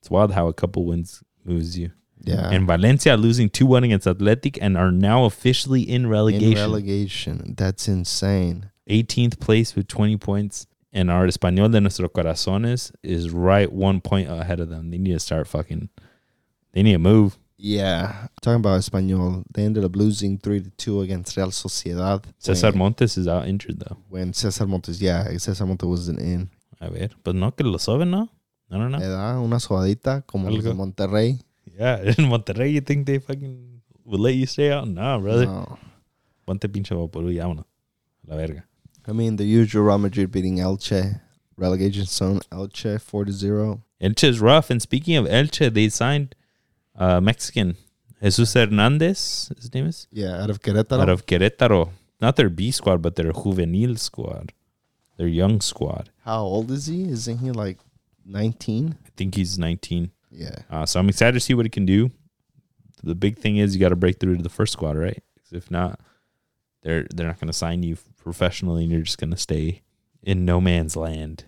Speaker 1: It's wild how a couple wins moves you.
Speaker 2: Yeah.
Speaker 1: And Valencia losing 2 1 against Athletic and are now officially in
Speaker 2: in
Speaker 1: relegation.
Speaker 2: relegation. That's insane.
Speaker 1: 18th place with 20 points. And our Espanol de Nuestro Corazones is right one point ahead of them. They need to start fucking. They need to move.
Speaker 2: Yeah. Talking about Espanol, they ended up losing 3 to 2 against Real Sociedad.
Speaker 1: Cesar
Speaker 2: when,
Speaker 1: Montes is out injured though.
Speaker 2: when Cesar Montes, yeah, Cesar Montes wasn't in.
Speaker 1: A ver, but no que lo saben, no? I don't know.
Speaker 2: Le da una sobadita como los de
Speaker 1: Algo.
Speaker 2: Monterrey.
Speaker 1: *laughs* Yeah, in Monterrey, you think they fucking would let you stay out? Nah, brother.
Speaker 2: No.
Speaker 1: Ponte pinche vaporú y vámonos. A La verga.
Speaker 2: I mean, the usual Real Madrid beating Elche. Relegation zone, Elche 4 to 0.
Speaker 1: Elche is rough. And speaking of Elche, they signed uh, Mexican Jesus Hernandez. His name is
Speaker 2: Yeah, out of Querétaro.
Speaker 1: out of Querétaro. Not their B squad, but their juvenil squad, their young squad.
Speaker 2: How old is he? Isn't he like 19?
Speaker 1: I think he's 19.
Speaker 2: Yeah.
Speaker 1: Uh, so I'm excited to see what he can do. The big thing is you got to break through to the first squad, right? 'Cause if not, they're they're not going to sign you professionally, and you're just going to stay in no man's land.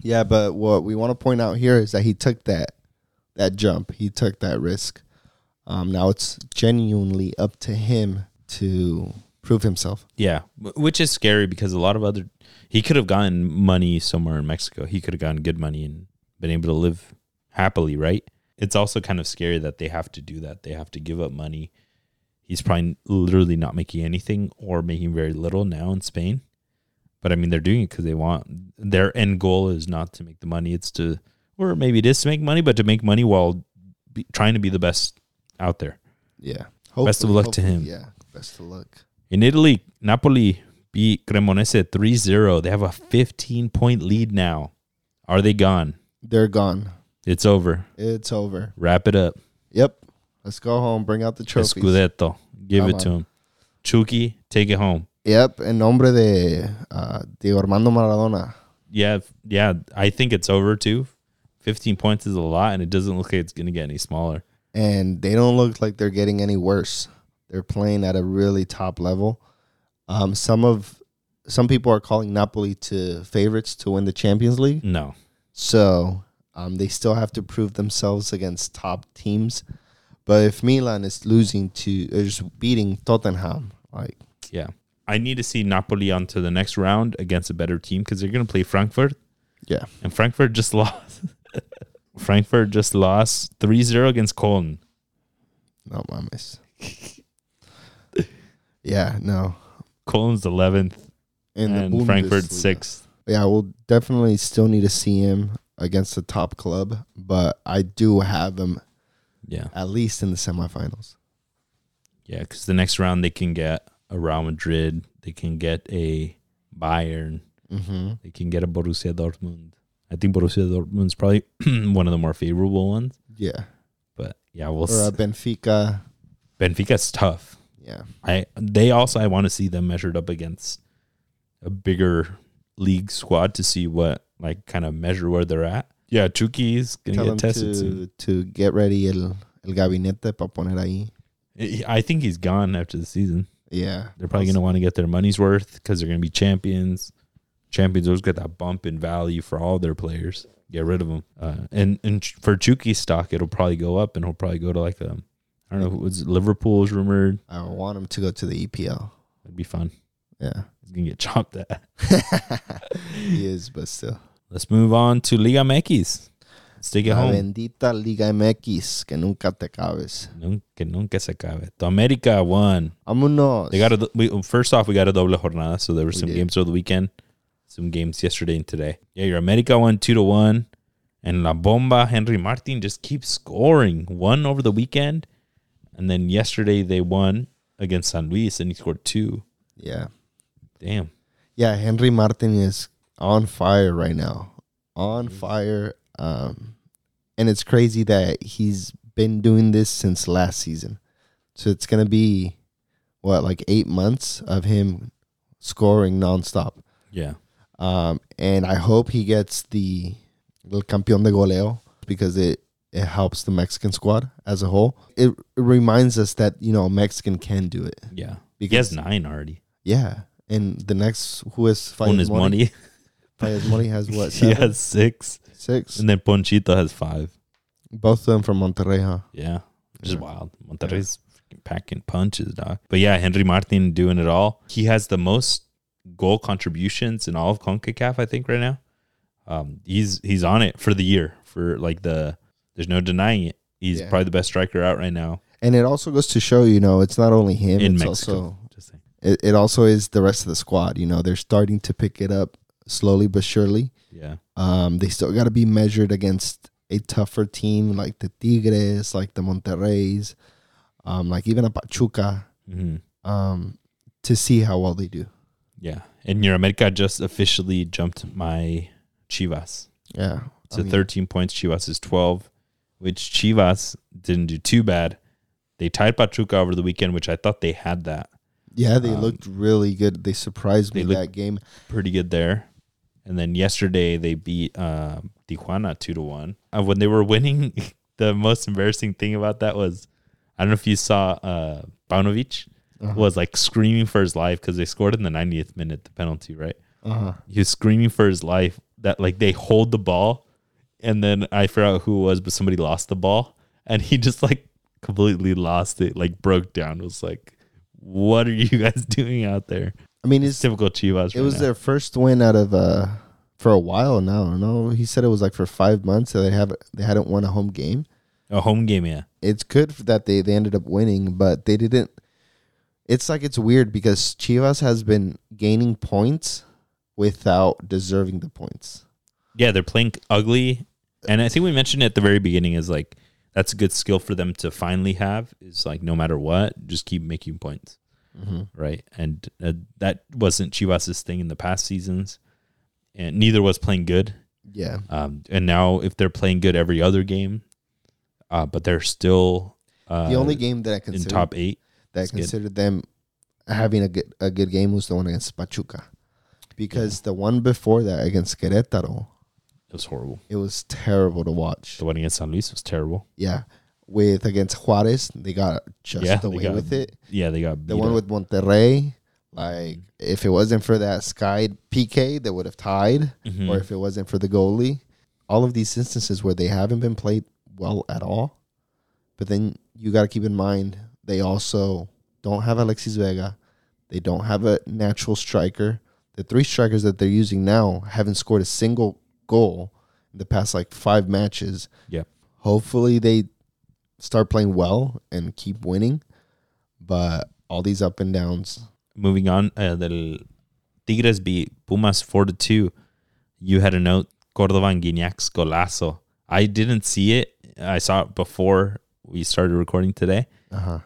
Speaker 2: Yeah, but what we want to point out here is that he took that that jump. He took that risk. Um, now it's genuinely up to him to prove himself.
Speaker 1: Yeah, wh- which is scary because a lot of other he could have gotten money somewhere in Mexico. He could have gotten good money and been able to live happily, right? It's also kind of scary that they have to do that. They have to give up money. He's probably literally not making anything or making very little now in Spain. But I mean, they're doing it because they want their end goal is not to make the money. It's to, or maybe it is to make money, but to make money while be, trying to be the best out there.
Speaker 2: Yeah.
Speaker 1: Best of
Speaker 2: Hopefully-
Speaker 1: luck to
Speaker 2: hopefully-
Speaker 1: him.
Speaker 2: Yeah. Best of luck.
Speaker 1: In Italy, Napoli beat Cremonese 3-0. They have a 15-point lead now. Are they gone?
Speaker 2: They're gone.
Speaker 1: It's over.
Speaker 2: It's over.
Speaker 1: Wrap it up.
Speaker 2: Yep. Let's go home. Bring out the trophies.
Speaker 1: Scudetto. Give
Speaker 2: Come
Speaker 1: it to him. Chucky, take it home.
Speaker 2: Yep. En nombre de uh, Diego Armando Maradona.
Speaker 1: Yeah, f- yeah, I think it's over too. 15 points is a lot and it doesn't look like it's going to get any smaller.
Speaker 2: and they don't look like they're getting any worse. They're playing at a really top level. Um, some of some people are calling Napoli to favorites to win the Champions League,
Speaker 1: No.
Speaker 2: so um, they still have to prove themselves against top teams. But if Milan is losing to, or just beating Tottenham, like
Speaker 1: Yeah. I need to see Napoli on to the next round against a better team because they're going to play Frankfurt.
Speaker 2: Yeah.
Speaker 1: And Frankfurt just *laughs* lost. Frankfurt just lost 3 0 against Cologne.
Speaker 2: not my miss. yeah, no.
Speaker 1: Cologne's 11th
Speaker 2: In the
Speaker 1: and Frankfurt
Speaker 2: Bundesliga.
Speaker 1: 6th.
Speaker 2: Yeah, we'll definitely still need to see him against the top club, but I do have him
Speaker 1: Yeah.
Speaker 2: at least in the semifinals.
Speaker 1: Yeah. Because the next round they can get a Real Madrid. They can get a Bayern.
Speaker 2: Mm-hmm.
Speaker 1: They can get a Borussia Dortmund. I think Borussia Dortmund's probably *clears throat* one of the more favorable ones.
Speaker 2: Yeah,
Speaker 1: But yeah, we'll
Speaker 2: or
Speaker 1: s-
Speaker 2: a Benfica.
Speaker 1: Benfica's tough.
Speaker 2: Yeah,
Speaker 1: I they also I want to see them measured up against a bigger league squad to see what like kind of measure where they're at. Yeah, Chuki's gonna
Speaker 2: tell him
Speaker 1: get tested soon.
Speaker 2: to to get ready el el gabinete para poner ahí.
Speaker 1: I I think he's gone after the season.
Speaker 2: Yeah,
Speaker 1: They're probably gonna want to get their money's worth because they're gonna be champions. Champions always get that bump in value for all their players. Get rid of them, uh, and and Ch- for Chuki's stock, it'll probably go up, and he'll probably go to like a, I don't know, was it Liverpool is rumored.
Speaker 2: I want him to go to the EPL.
Speaker 1: It'd be fun.
Speaker 2: Yeah,
Speaker 1: He's gonna get *laughs* chopped at.
Speaker 2: he is, but still.
Speaker 1: Let's move on to Liga MX. Stick it
Speaker 2: La
Speaker 1: home.
Speaker 2: bendita Liga MX que nunca te acabes.
Speaker 1: Nun- Que nunca se acabe. The America won.
Speaker 2: Vámonos.
Speaker 1: They got a we, first off we got a doble jornada, so there were
Speaker 2: We
Speaker 1: some
Speaker 2: did.
Speaker 1: games over the weekend, some games yesterday and today. Yeah, your America won two to one, and La Bomba Henry Martin just keeps scoring. One over the weekend, and then yesterday they won against San Luis, and he scored two.
Speaker 2: yeah.
Speaker 1: Damn.
Speaker 2: yeah, Henry Martin is on fire right now, on fire. Um, and it's crazy that he's been doing this since last season. So it's gonna be what like eight months of him scoring nonstop.
Speaker 1: Yeah.
Speaker 2: Um, and I hope he gets the El Campeón de Goleo because it it helps the Mexican squad as a whole. It, it reminds us that you know a Mexican can do it.
Speaker 1: Yeah. He
Speaker 2: Because
Speaker 1: has nine already.
Speaker 2: yeah, and the next who is
Speaker 1: One is
Speaker 2: Fayez Mori-
Speaker 1: money.
Speaker 2: Fayez Mori
Speaker 1: *laughs*
Speaker 2: has what?
Speaker 1: He
Speaker 2: Seven?
Speaker 1: has six,
Speaker 2: Six.
Speaker 1: and then Ponchito has five.
Speaker 2: Both of them from Monterrey, huh?
Speaker 1: Yeah, which is
Speaker 2: Yeah.
Speaker 1: wild. Monterrey's freaking packing punches, dog. But yeah, Henry Martin doing it all. He has the most goal contributions in all of CONCACAF, I think, right now. Um, he's he's on it for the year for like the. There's no denying it. He's
Speaker 2: Yeah.
Speaker 1: probably the best striker out right now.
Speaker 2: And it also goes to show, you know, it's not only him,
Speaker 1: In
Speaker 2: it's
Speaker 1: Mexico.
Speaker 2: also
Speaker 1: Just saying.
Speaker 2: it, it also is the rest of the squad. You know, they're starting to pick it up slowly but surely.
Speaker 1: Yeah,
Speaker 2: Um, they still gotta be measured against a tougher team like the Tigres, like the Monterreys, um, like even a Pachuca,
Speaker 1: hmm
Speaker 2: um, to see how well they do.
Speaker 1: yeah. And your America just officially jumped my Chivas.
Speaker 2: Oh, Yeah. I
Speaker 1: So
Speaker 2: mean,
Speaker 1: 13 points. Chivas is 12, which Chivas didn't do too bad. They tied Pachuca over the weekend, which I thought they had that
Speaker 2: yeah, they
Speaker 1: um,
Speaker 2: looked really good. They surprised
Speaker 1: they
Speaker 2: me
Speaker 1: look-
Speaker 2: that game.
Speaker 1: pretty good there. And then yesterday they beat uh, Tijuana 2 to 1. Uh, when they were *laughs* winning, the most embarrassing thing about that was I don't know if you saw uh, Paunovic
Speaker 2: Uh-huh.
Speaker 1: was like screaming for his life because they scored in the 90th minute, the penalty, right?
Speaker 2: Uh-huh.
Speaker 1: he was screaming for his life that like they hold the ball and then I forgot who it was, but somebody lost the ball and he just like completely lost it, like broke down, was like, What are you guys *laughs* doing out there?
Speaker 2: I mean,
Speaker 1: It's
Speaker 2: it's
Speaker 1: typical Chivas.
Speaker 2: It was their first win out of uh for a while now. No, he said it was like for five months that they have they hadn't won a home game.
Speaker 1: a home game, yeah.
Speaker 2: It's good that they they ended up winning, but they didn't. It's like it's weird because Chivas has been gaining points without deserving the points.
Speaker 1: Yeah, they're playing ugly. And I think we mentioned at the very beginning is like that's a good skill for them to finally have is like no matter what, just keep making points.
Speaker 2: Mm-hmm.
Speaker 1: right? And uh, that wasn't Chivas' thing in the past seasons, and neither was playing good.
Speaker 2: Yeah,
Speaker 1: Um, and now, if they're playing good every other game, uh, but they're still uh,
Speaker 2: the only game that I
Speaker 1: in
Speaker 2: considered
Speaker 1: top eight.
Speaker 2: that I
Speaker 1: is good.
Speaker 2: considered them having a good a good game was the one against Pachuca, because the one before that against Querétaro,
Speaker 1: It was horrible.
Speaker 2: it was terrible to watch.
Speaker 1: The one against San Luis was terrible.
Speaker 2: Yeah. With against Juarez, they got just
Speaker 1: Yeah, they
Speaker 2: away
Speaker 1: got
Speaker 2: with it.
Speaker 1: Yeah, they got
Speaker 2: The
Speaker 1: beat
Speaker 2: one
Speaker 1: up.
Speaker 2: with Monterrey, like if it wasn't for that sky PK, they would have tied.
Speaker 1: Mhm.
Speaker 2: Or if it wasn't for the goalie, all of these instances where they haven't been played well at all, But then you got to keep in mind they also don't have Alexis Vega. They don't have a natural striker. The three strikers that they're using now haven't scored a single goal in the past like five matches.
Speaker 1: Yep.
Speaker 2: Hopefully they start playing well and keep winning. But all these up and downs.
Speaker 1: Moving on, uh, the Tigres beat Pumas 4 to 2. You had a note, Cordova and Guignac's golazo. I didn't see it. I saw it before we started recording today.
Speaker 2: Uh huh.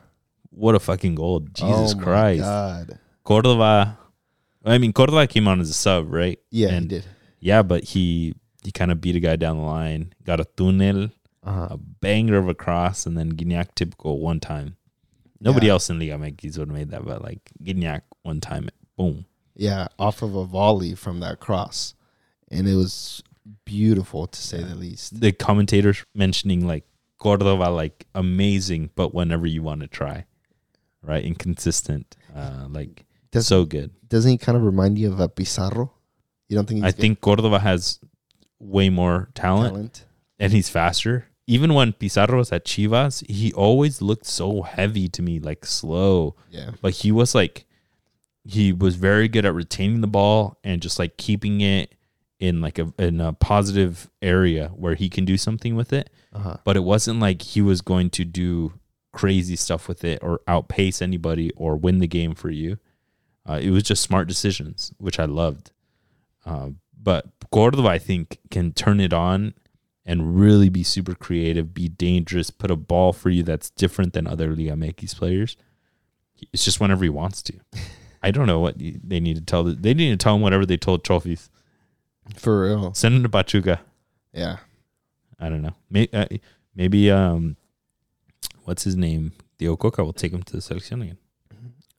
Speaker 1: What a fucking goal. Jesus Christ.
Speaker 2: oh God.
Speaker 1: Cordova. I mean, Cordova came on as a sub, right?
Speaker 2: Yeah,
Speaker 1: And-
Speaker 2: he did.
Speaker 1: Yeah, but he he kind of beat a guy down the line, got a tunnel,
Speaker 2: Uh huh.
Speaker 1: a banger of a cross, and then Gignac typical one time. Nobody else in Liga MX would have made that, but like Gignac one time, boom.
Speaker 2: Yeah, off of a volley from that cross. And it was beautiful to say the least.
Speaker 1: The commentators mentioning like Cordova, like amazing, but whenever you want to try, right? Inconsistent, uh, like
Speaker 2: Does-
Speaker 1: so good.
Speaker 2: Doesn't he kind of remind you of a Pizarro? You don't think he's
Speaker 1: I
Speaker 2: got
Speaker 1: think Cordova has way more talent,
Speaker 2: talent?
Speaker 1: and he's faster. Even when Pizarro was at Chivas, he always looked so heavy to me, like slow.
Speaker 2: Yeah.
Speaker 1: Like he was like he was very good at retaining the ball and just like keeping it in like a in a positive area where he can do something with it.
Speaker 2: Uh huh.
Speaker 1: But it wasn't like he was going to do crazy stuff with it or outpace anybody or win the game for you. Uh, it was just smart decisions, which I loved. Uh, but Cordova, I think, can turn it on and really be super creative, be dangerous, put a ball for you that's different than other Liga MX players. It's just whenever he wants to. I don't know what you- they need to tell. the- They need to tell him whatever they told Trophies.
Speaker 2: For real.
Speaker 1: Send him to Pachuca.
Speaker 2: Yeah.
Speaker 1: I don't know. Maybe, uh, maybe um, what's his name? Dio Coca will take him to the selection again.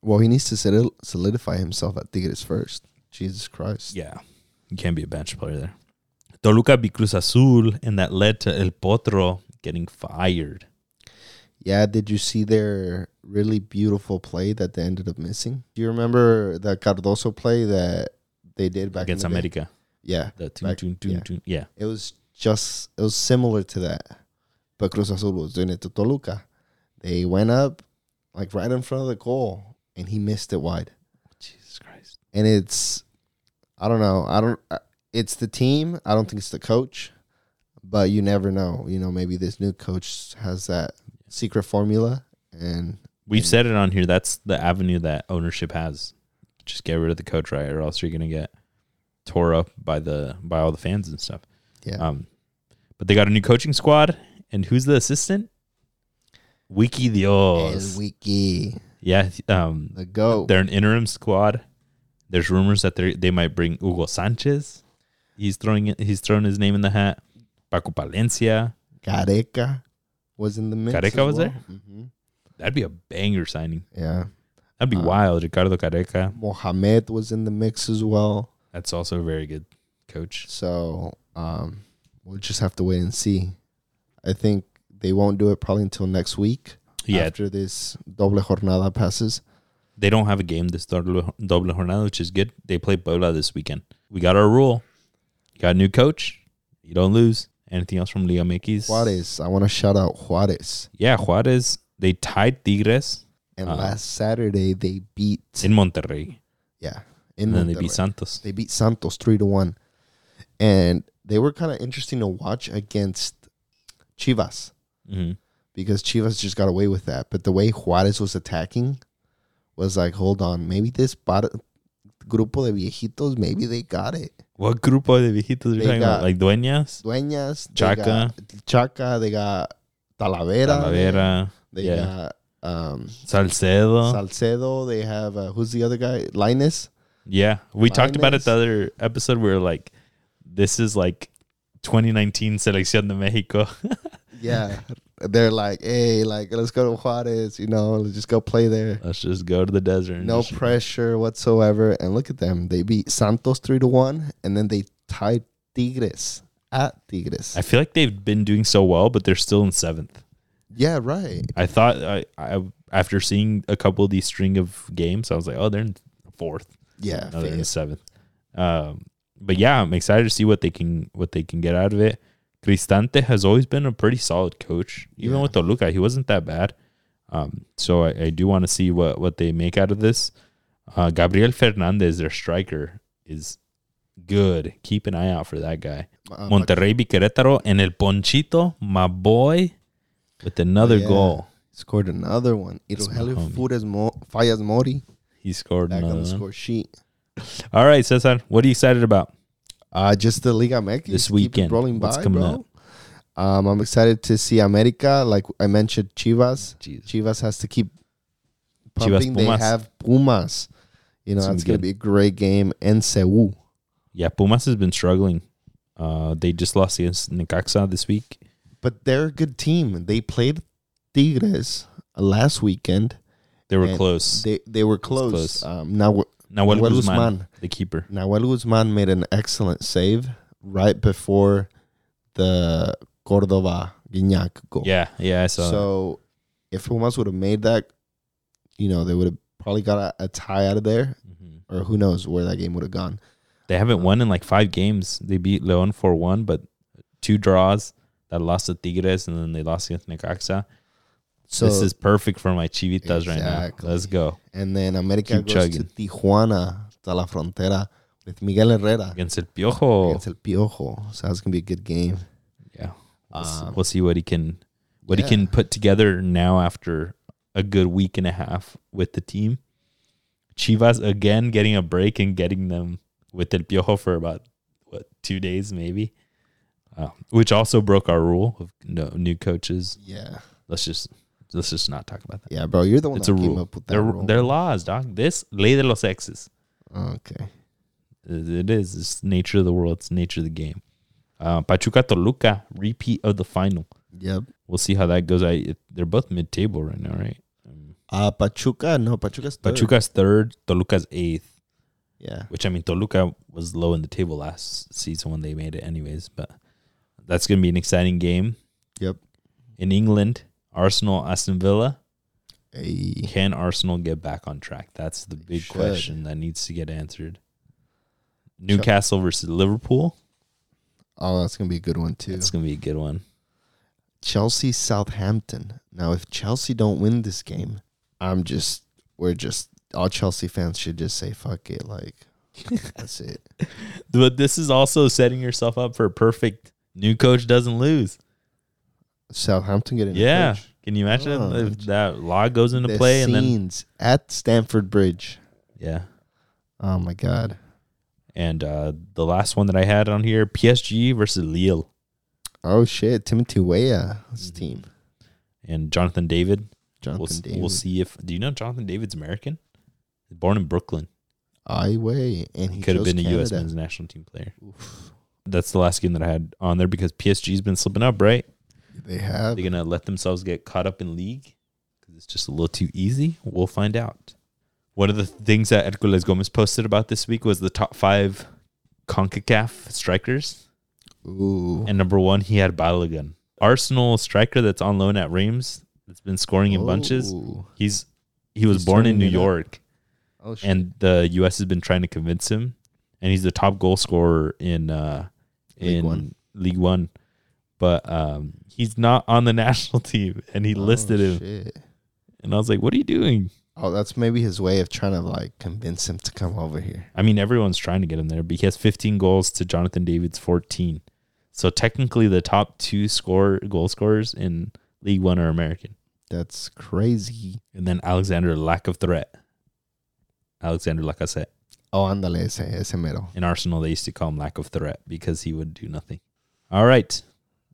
Speaker 2: Well, he needs to solid- solidify himself at Tigres first. Jesus Christ.
Speaker 1: Yeah, you can't be a bench player there. Toluca beat Cruz Azul, and that led to El Potro getting fired.
Speaker 2: Yeah, did you see their really beautiful play that they ended up missing? Do you remember the Cardoso play that they did back
Speaker 1: against
Speaker 2: in the day?
Speaker 1: America.
Speaker 2: Yeah,
Speaker 1: The tune,
Speaker 2: Back-
Speaker 1: tune, tune,
Speaker 2: yeah.
Speaker 1: tune. yeah.
Speaker 2: it was just it was similar to that, but Cruz Azul was doing it to Toluca. They went up like right in front of the goal, and he missed it wide.
Speaker 1: Jesus Christ.
Speaker 2: and it's I don't know. I don't. I- It's the team. I don't think it's the coach, but you never know. You know, maybe this new coach has that secret formula, and
Speaker 1: We've
Speaker 2: And-
Speaker 1: said it on here. That's the avenue that ownership has. Just get rid of the coach, right, or else you're gonna get tore up by the by all the fans and stuff.
Speaker 2: Yeah.
Speaker 1: Um, but they got a new coaching squad, and who's the assistant? Wiki Dios.
Speaker 2: El Wiki,
Speaker 1: yeah. Um,
Speaker 2: the goat.
Speaker 1: they're an interim squad. There's rumors that they they might bring Hugo Sanchez. He's throwing it, he's thrown his name in the hat. Paco Palencia.
Speaker 2: Careca was in the mix.
Speaker 1: Careca was there?
Speaker 2: hmm
Speaker 1: That'd be a banger signing.
Speaker 2: Yeah,
Speaker 1: That'd be
Speaker 2: Uh,
Speaker 1: wild. Ricardo Careca.
Speaker 2: Mohamed was in the mix as well.
Speaker 1: That's also a very good coach.
Speaker 2: So um, we'll just have to wait and see. I think they won't do it probably until next week.
Speaker 1: Yeah,
Speaker 2: after this doble jornada passes.
Speaker 1: they don't have a game this doble, doble jornada, which is good. They play Puebla this weekend. We got our rule. Got a new coach. You don't lose. Anything else from Liga MX?
Speaker 2: Juarez. I want to shout out Juarez.
Speaker 1: Yeah, Juarez. They tied Tigres
Speaker 2: And
Speaker 1: Uh,
Speaker 2: last Saturday they beat
Speaker 1: in Monterrey.
Speaker 2: yeah in
Speaker 1: and then
Speaker 2: Monterrey.
Speaker 1: they beat Santos.
Speaker 2: They beat Santos three to one, and they were kind of interesting to watch against Chivas
Speaker 1: Mhm.
Speaker 2: because Chivas just got away with that. But the way Juarez was attacking was like, hold on, maybe this par- grupo de viejitos, maybe they got it.
Speaker 1: What grupo de viejitos are you
Speaker 2: They
Speaker 1: talking about?
Speaker 2: got-
Speaker 1: Like Dueñas?
Speaker 2: Dueñas, they
Speaker 1: Chaca.
Speaker 2: got Chaca, they got Talavera,
Speaker 1: Talavera.
Speaker 2: they
Speaker 1: yeah.
Speaker 2: got um,
Speaker 1: Salcedo.
Speaker 2: Salcedo. They have uh, who's the other guy? Linus.
Speaker 1: yeah. We talked about it
Speaker 2: Lainez.
Speaker 1: the other episode. We were like, this is like 2019 Selección de Mexico. *laughs*
Speaker 2: Yeah, they're like, hey, like let's go to Juarez. You know, let's just go play there.
Speaker 1: Let's just go to the desert. and
Speaker 2: No
Speaker 1: just-
Speaker 2: pressure whatsoever. And look at them. They beat Santos three to one, and then they tied Tigres at Tigres.
Speaker 1: I feel like they've been doing so well, but they're still in seventh.
Speaker 2: yeah, right.
Speaker 1: I thought I, I after seeing a couple of these string of games, I was like, oh, they're in fourth.
Speaker 2: Yeah,
Speaker 1: No, they're in
Speaker 2: fifth.
Speaker 1: seventh. Um, but yeah, I'm excited to see what they can what they can get out of it. Cristante has always been a pretty solid coach. Even
Speaker 2: Yeah.
Speaker 1: with Toluca, he wasn't that bad. Um, so I, I do want to see what, what they make out of this. Uh, Gabriel Fernandez, their striker, is good. Keep an eye out for that guy.
Speaker 2: Uh,
Speaker 1: Monterrey Biquerétaro and El Ponchito, my boy, with another
Speaker 2: Yeah.
Speaker 1: goal.
Speaker 2: scored another one.
Speaker 1: It's my
Speaker 2: Rogelio
Speaker 1: homie.
Speaker 2: Flores Mo- Fallas Mori
Speaker 1: He scored
Speaker 2: back on
Speaker 1: another
Speaker 2: the
Speaker 1: one.
Speaker 2: score sheet.
Speaker 1: All right, Cesar, what are you excited about?
Speaker 2: Uh, just the Liga MX
Speaker 1: This
Speaker 2: keep it
Speaker 1: weekend,
Speaker 2: rolling
Speaker 1: what's
Speaker 2: by,
Speaker 1: coming
Speaker 2: bro. Um, I'm excited to see America. Like I mentioned, Chivas.
Speaker 1: Jesus.
Speaker 2: Chivas has to keep
Speaker 1: Chivas
Speaker 2: pumping.
Speaker 1: Pumas.
Speaker 2: They have Pumas. You know
Speaker 1: It's gonna
Speaker 2: that's
Speaker 1: be
Speaker 2: gonna
Speaker 1: good.
Speaker 2: be a great game in Seoul.
Speaker 1: Yeah, Pumas has been struggling. Uh, they just lost against Necaxa this week.
Speaker 2: But they're a good team. They played Tigres last weekend.
Speaker 1: They were
Speaker 2: And
Speaker 1: close.
Speaker 2: They they were close.
Speaker 1: close.
Speaker 2: Um, now
Speaker 1: Nahuel,
Speaker 2: Nahuel
Speaker 1: Guzman,
Speaker 2: Guzman.
Speaker 1: the keeper.
Speaker 2: Nahuel Guzman made an excellent save right before the Cordova Guignac goal.
Speaker 1: Yeah, yeah, I saw. that.
Speaker 2: So if Pumas would have made that, you know, they would have probably got a, a tie out of there,
Speaker 1: Mhm.
Speaker 2: or who knows where that game would have gone.
Speaker 1: They haven't won in like five games. They beat Leon four one, but two draws. That lost to Tigres, and then they lost against Necaxa.
Speaker 2: So
Speaker 1: this is perfect for my Chivitas right now.
Speaker 2: Exactly.
Speaker 1: Let's go
Speaker 2: and then America
Speaker 1: keep
Speaker 2: goes
Speaker 1: chugging.
Speaker 2: to Tijuana, to la frontera with Miguel Herrera
Speaker 1: against El Piojo.
Speaker 2: against El Piojo. So that's gonna be a good game.
Speaker 1: Yeah. We'll, s-
Speaker 2: Um,
Speaker 1: we'll see what he can what
Speaker 2: yeah.
Speaker 1: he can put together now after a good week and a half with the team. Chivas again getting a break and getting them with El Piojo for about what two days maybe, uh, which also broke our rule of no new coaches.
Speaker 2: Yeah,
Speaker 1: Let's just let's just not talk about that.
Speaker 2: yeah, bro, you're the one
Speaker 1: It's
Speaker 2: that
Speaker 1: a
Speaker 2: came
Speaker 1: rule.
Speaker 2: up with that
Speaker 1: They're
Speaker 2: rule.
Speaker 1: they're laws, dog. This ley de los exes.
Speaker 2: okay,
Speaker 1: It it is. It's nature of the world. It's nature of the game. Uh, Pachuca Toluca repeat of the final.
Speaker 2: yep.
Speaker 1: We'll see how that goes. I it- they're both mid table right now, right? Um,
Speaker 2: Uh, Pachuca, no, Pachuca's third.
Speaker 1: Pachuca's third, Toluca's eighth.
Speaker 2: Yeah,
Speaker 1: Which I mean, Toluca was low in the table last season when they made it, anyways. But that's gonna be an exciting game.
Speaker 2: Yep.
Speaker 1: In England, Arsenal, Aston Villa.
Speaker 2: Ay.
Speaker 1: Can Arsenal get back on track? That's the big
Speaker 2: should.
Speaker 1: question that needs to get answered. Newcastle versus Liverpool.
Speaker 2: oh, that's gonna be a good one too.
Speaker 1: That's gonna be a good one.
Speaker 2: Chelsea Southampton. Now, if Chelsea don't win this game, I'm just we're just all Chelsea fans should just say fuck it. Like
Speaker 1: *laughs*
Speaker 2: that's it.
Speaker 1: But this is also setting yourself up for a perfect new coach doesn't lose.
Speaker 2: Southampton getting
Speaker 1: Yeah. Can you imagine
Speaker 2: Oh,
Speaker 1: if
Speaker 2: that's-
Speaker 1: that law goes into
Speaker 2: the
Speaker 1: play and then
Speaker 2: scenes at Stamford Bridge.
Speaker 1: yeah.
Speaker 2: Oh my god.
Speaker 1: And uh, the last one that I had on here, PSG versus Lille
Speaker 2: Oh shit, Timothy Weah's team.
Speaker 1: and Jonathan David.
Speaker 2: Jonathan
Speaker 1: we'll, Mm-hmm. s-
Speaker 2: David.
Speaker 1: we'll see if do you know Jonathan David's American? Born in Brooklyn.
Speaker 2: I way and he
Speaker 1: Could have been a US
Speaker 2: Canada.
Speaker 1: men's national team player. That's the last game that I had on there because PSG's been slipping up, right?
Speaker 2: They have
Speaker 1: They're gonna let themselves get caught up in league because it's just a little too easy. We'll find out. One of the things that Hercules Gomez posted about this week was the top five CONCACAF strikers.
Speaker 2: ooh
Speaker 1: And number one, he had Balogun. Arsenal striker that's on loan at Reims that's been scoring in bunches.
Speaker 2: Ooh.
Speaker 1: He's he was
Speaker 2: Oh. He's
Speaker 1: born in
Speaker 2: turning
Speaker 1: New
Speaker 2: it up.
Speaker 1: York
Speaker 2: Oh shit.
Speaker 1: and the US has been trying to convince him and he's the top goal scorer in uh
Speaker 2: League
Speaker 1: in
Speaker 2: One.
Speaker 1: League One. But um he's not on the *laughs* national team and he
Speaker 2: Oh,
Speaker 1: listed him
Speaker 2: shit.
Speaker 1: and I was like, What are you doing?
Speaker 2: Oh, that's maybe his way of trying to like convince him to come over here.
Speaker 1: I mean everyone's trying to get him there, but he has fifteen goals to Jonathan David's fourteen. So technically the top two score goal scorers in League One are American.
Speaker 2: That's crazy.
Speaker 1: And then Alexander lack of threat. Alexander Lacazette.
Speaker 2: Oh, andale ese, ese mero.
Speaker 1: In Arsenal, they used to call him lack of threat because he would do nothing. All right.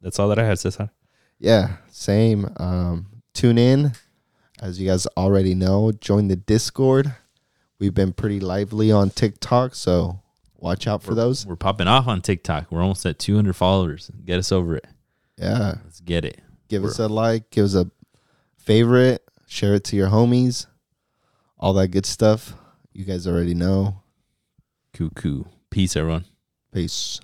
Speaker 1: That's all that I had, Cesar.
Speaker 2: Yeah, same. Um, tune in. As you guys already know, join the Discord. We've been pretty lively on TikTok, so watch out for those.
Speaker 1: We're popping off on TikTok. We're almost at 200 followers. Get us over it.
Speaker 2: Yeah.
Speaker 1: Let's get it.
Speaker 2: Give us a like, give us a favorite, share it to your homies, all that good stuff. You guys already know.
Speaker 1: Cuckoo. Peace, everyone.
Speaker 2: Peace.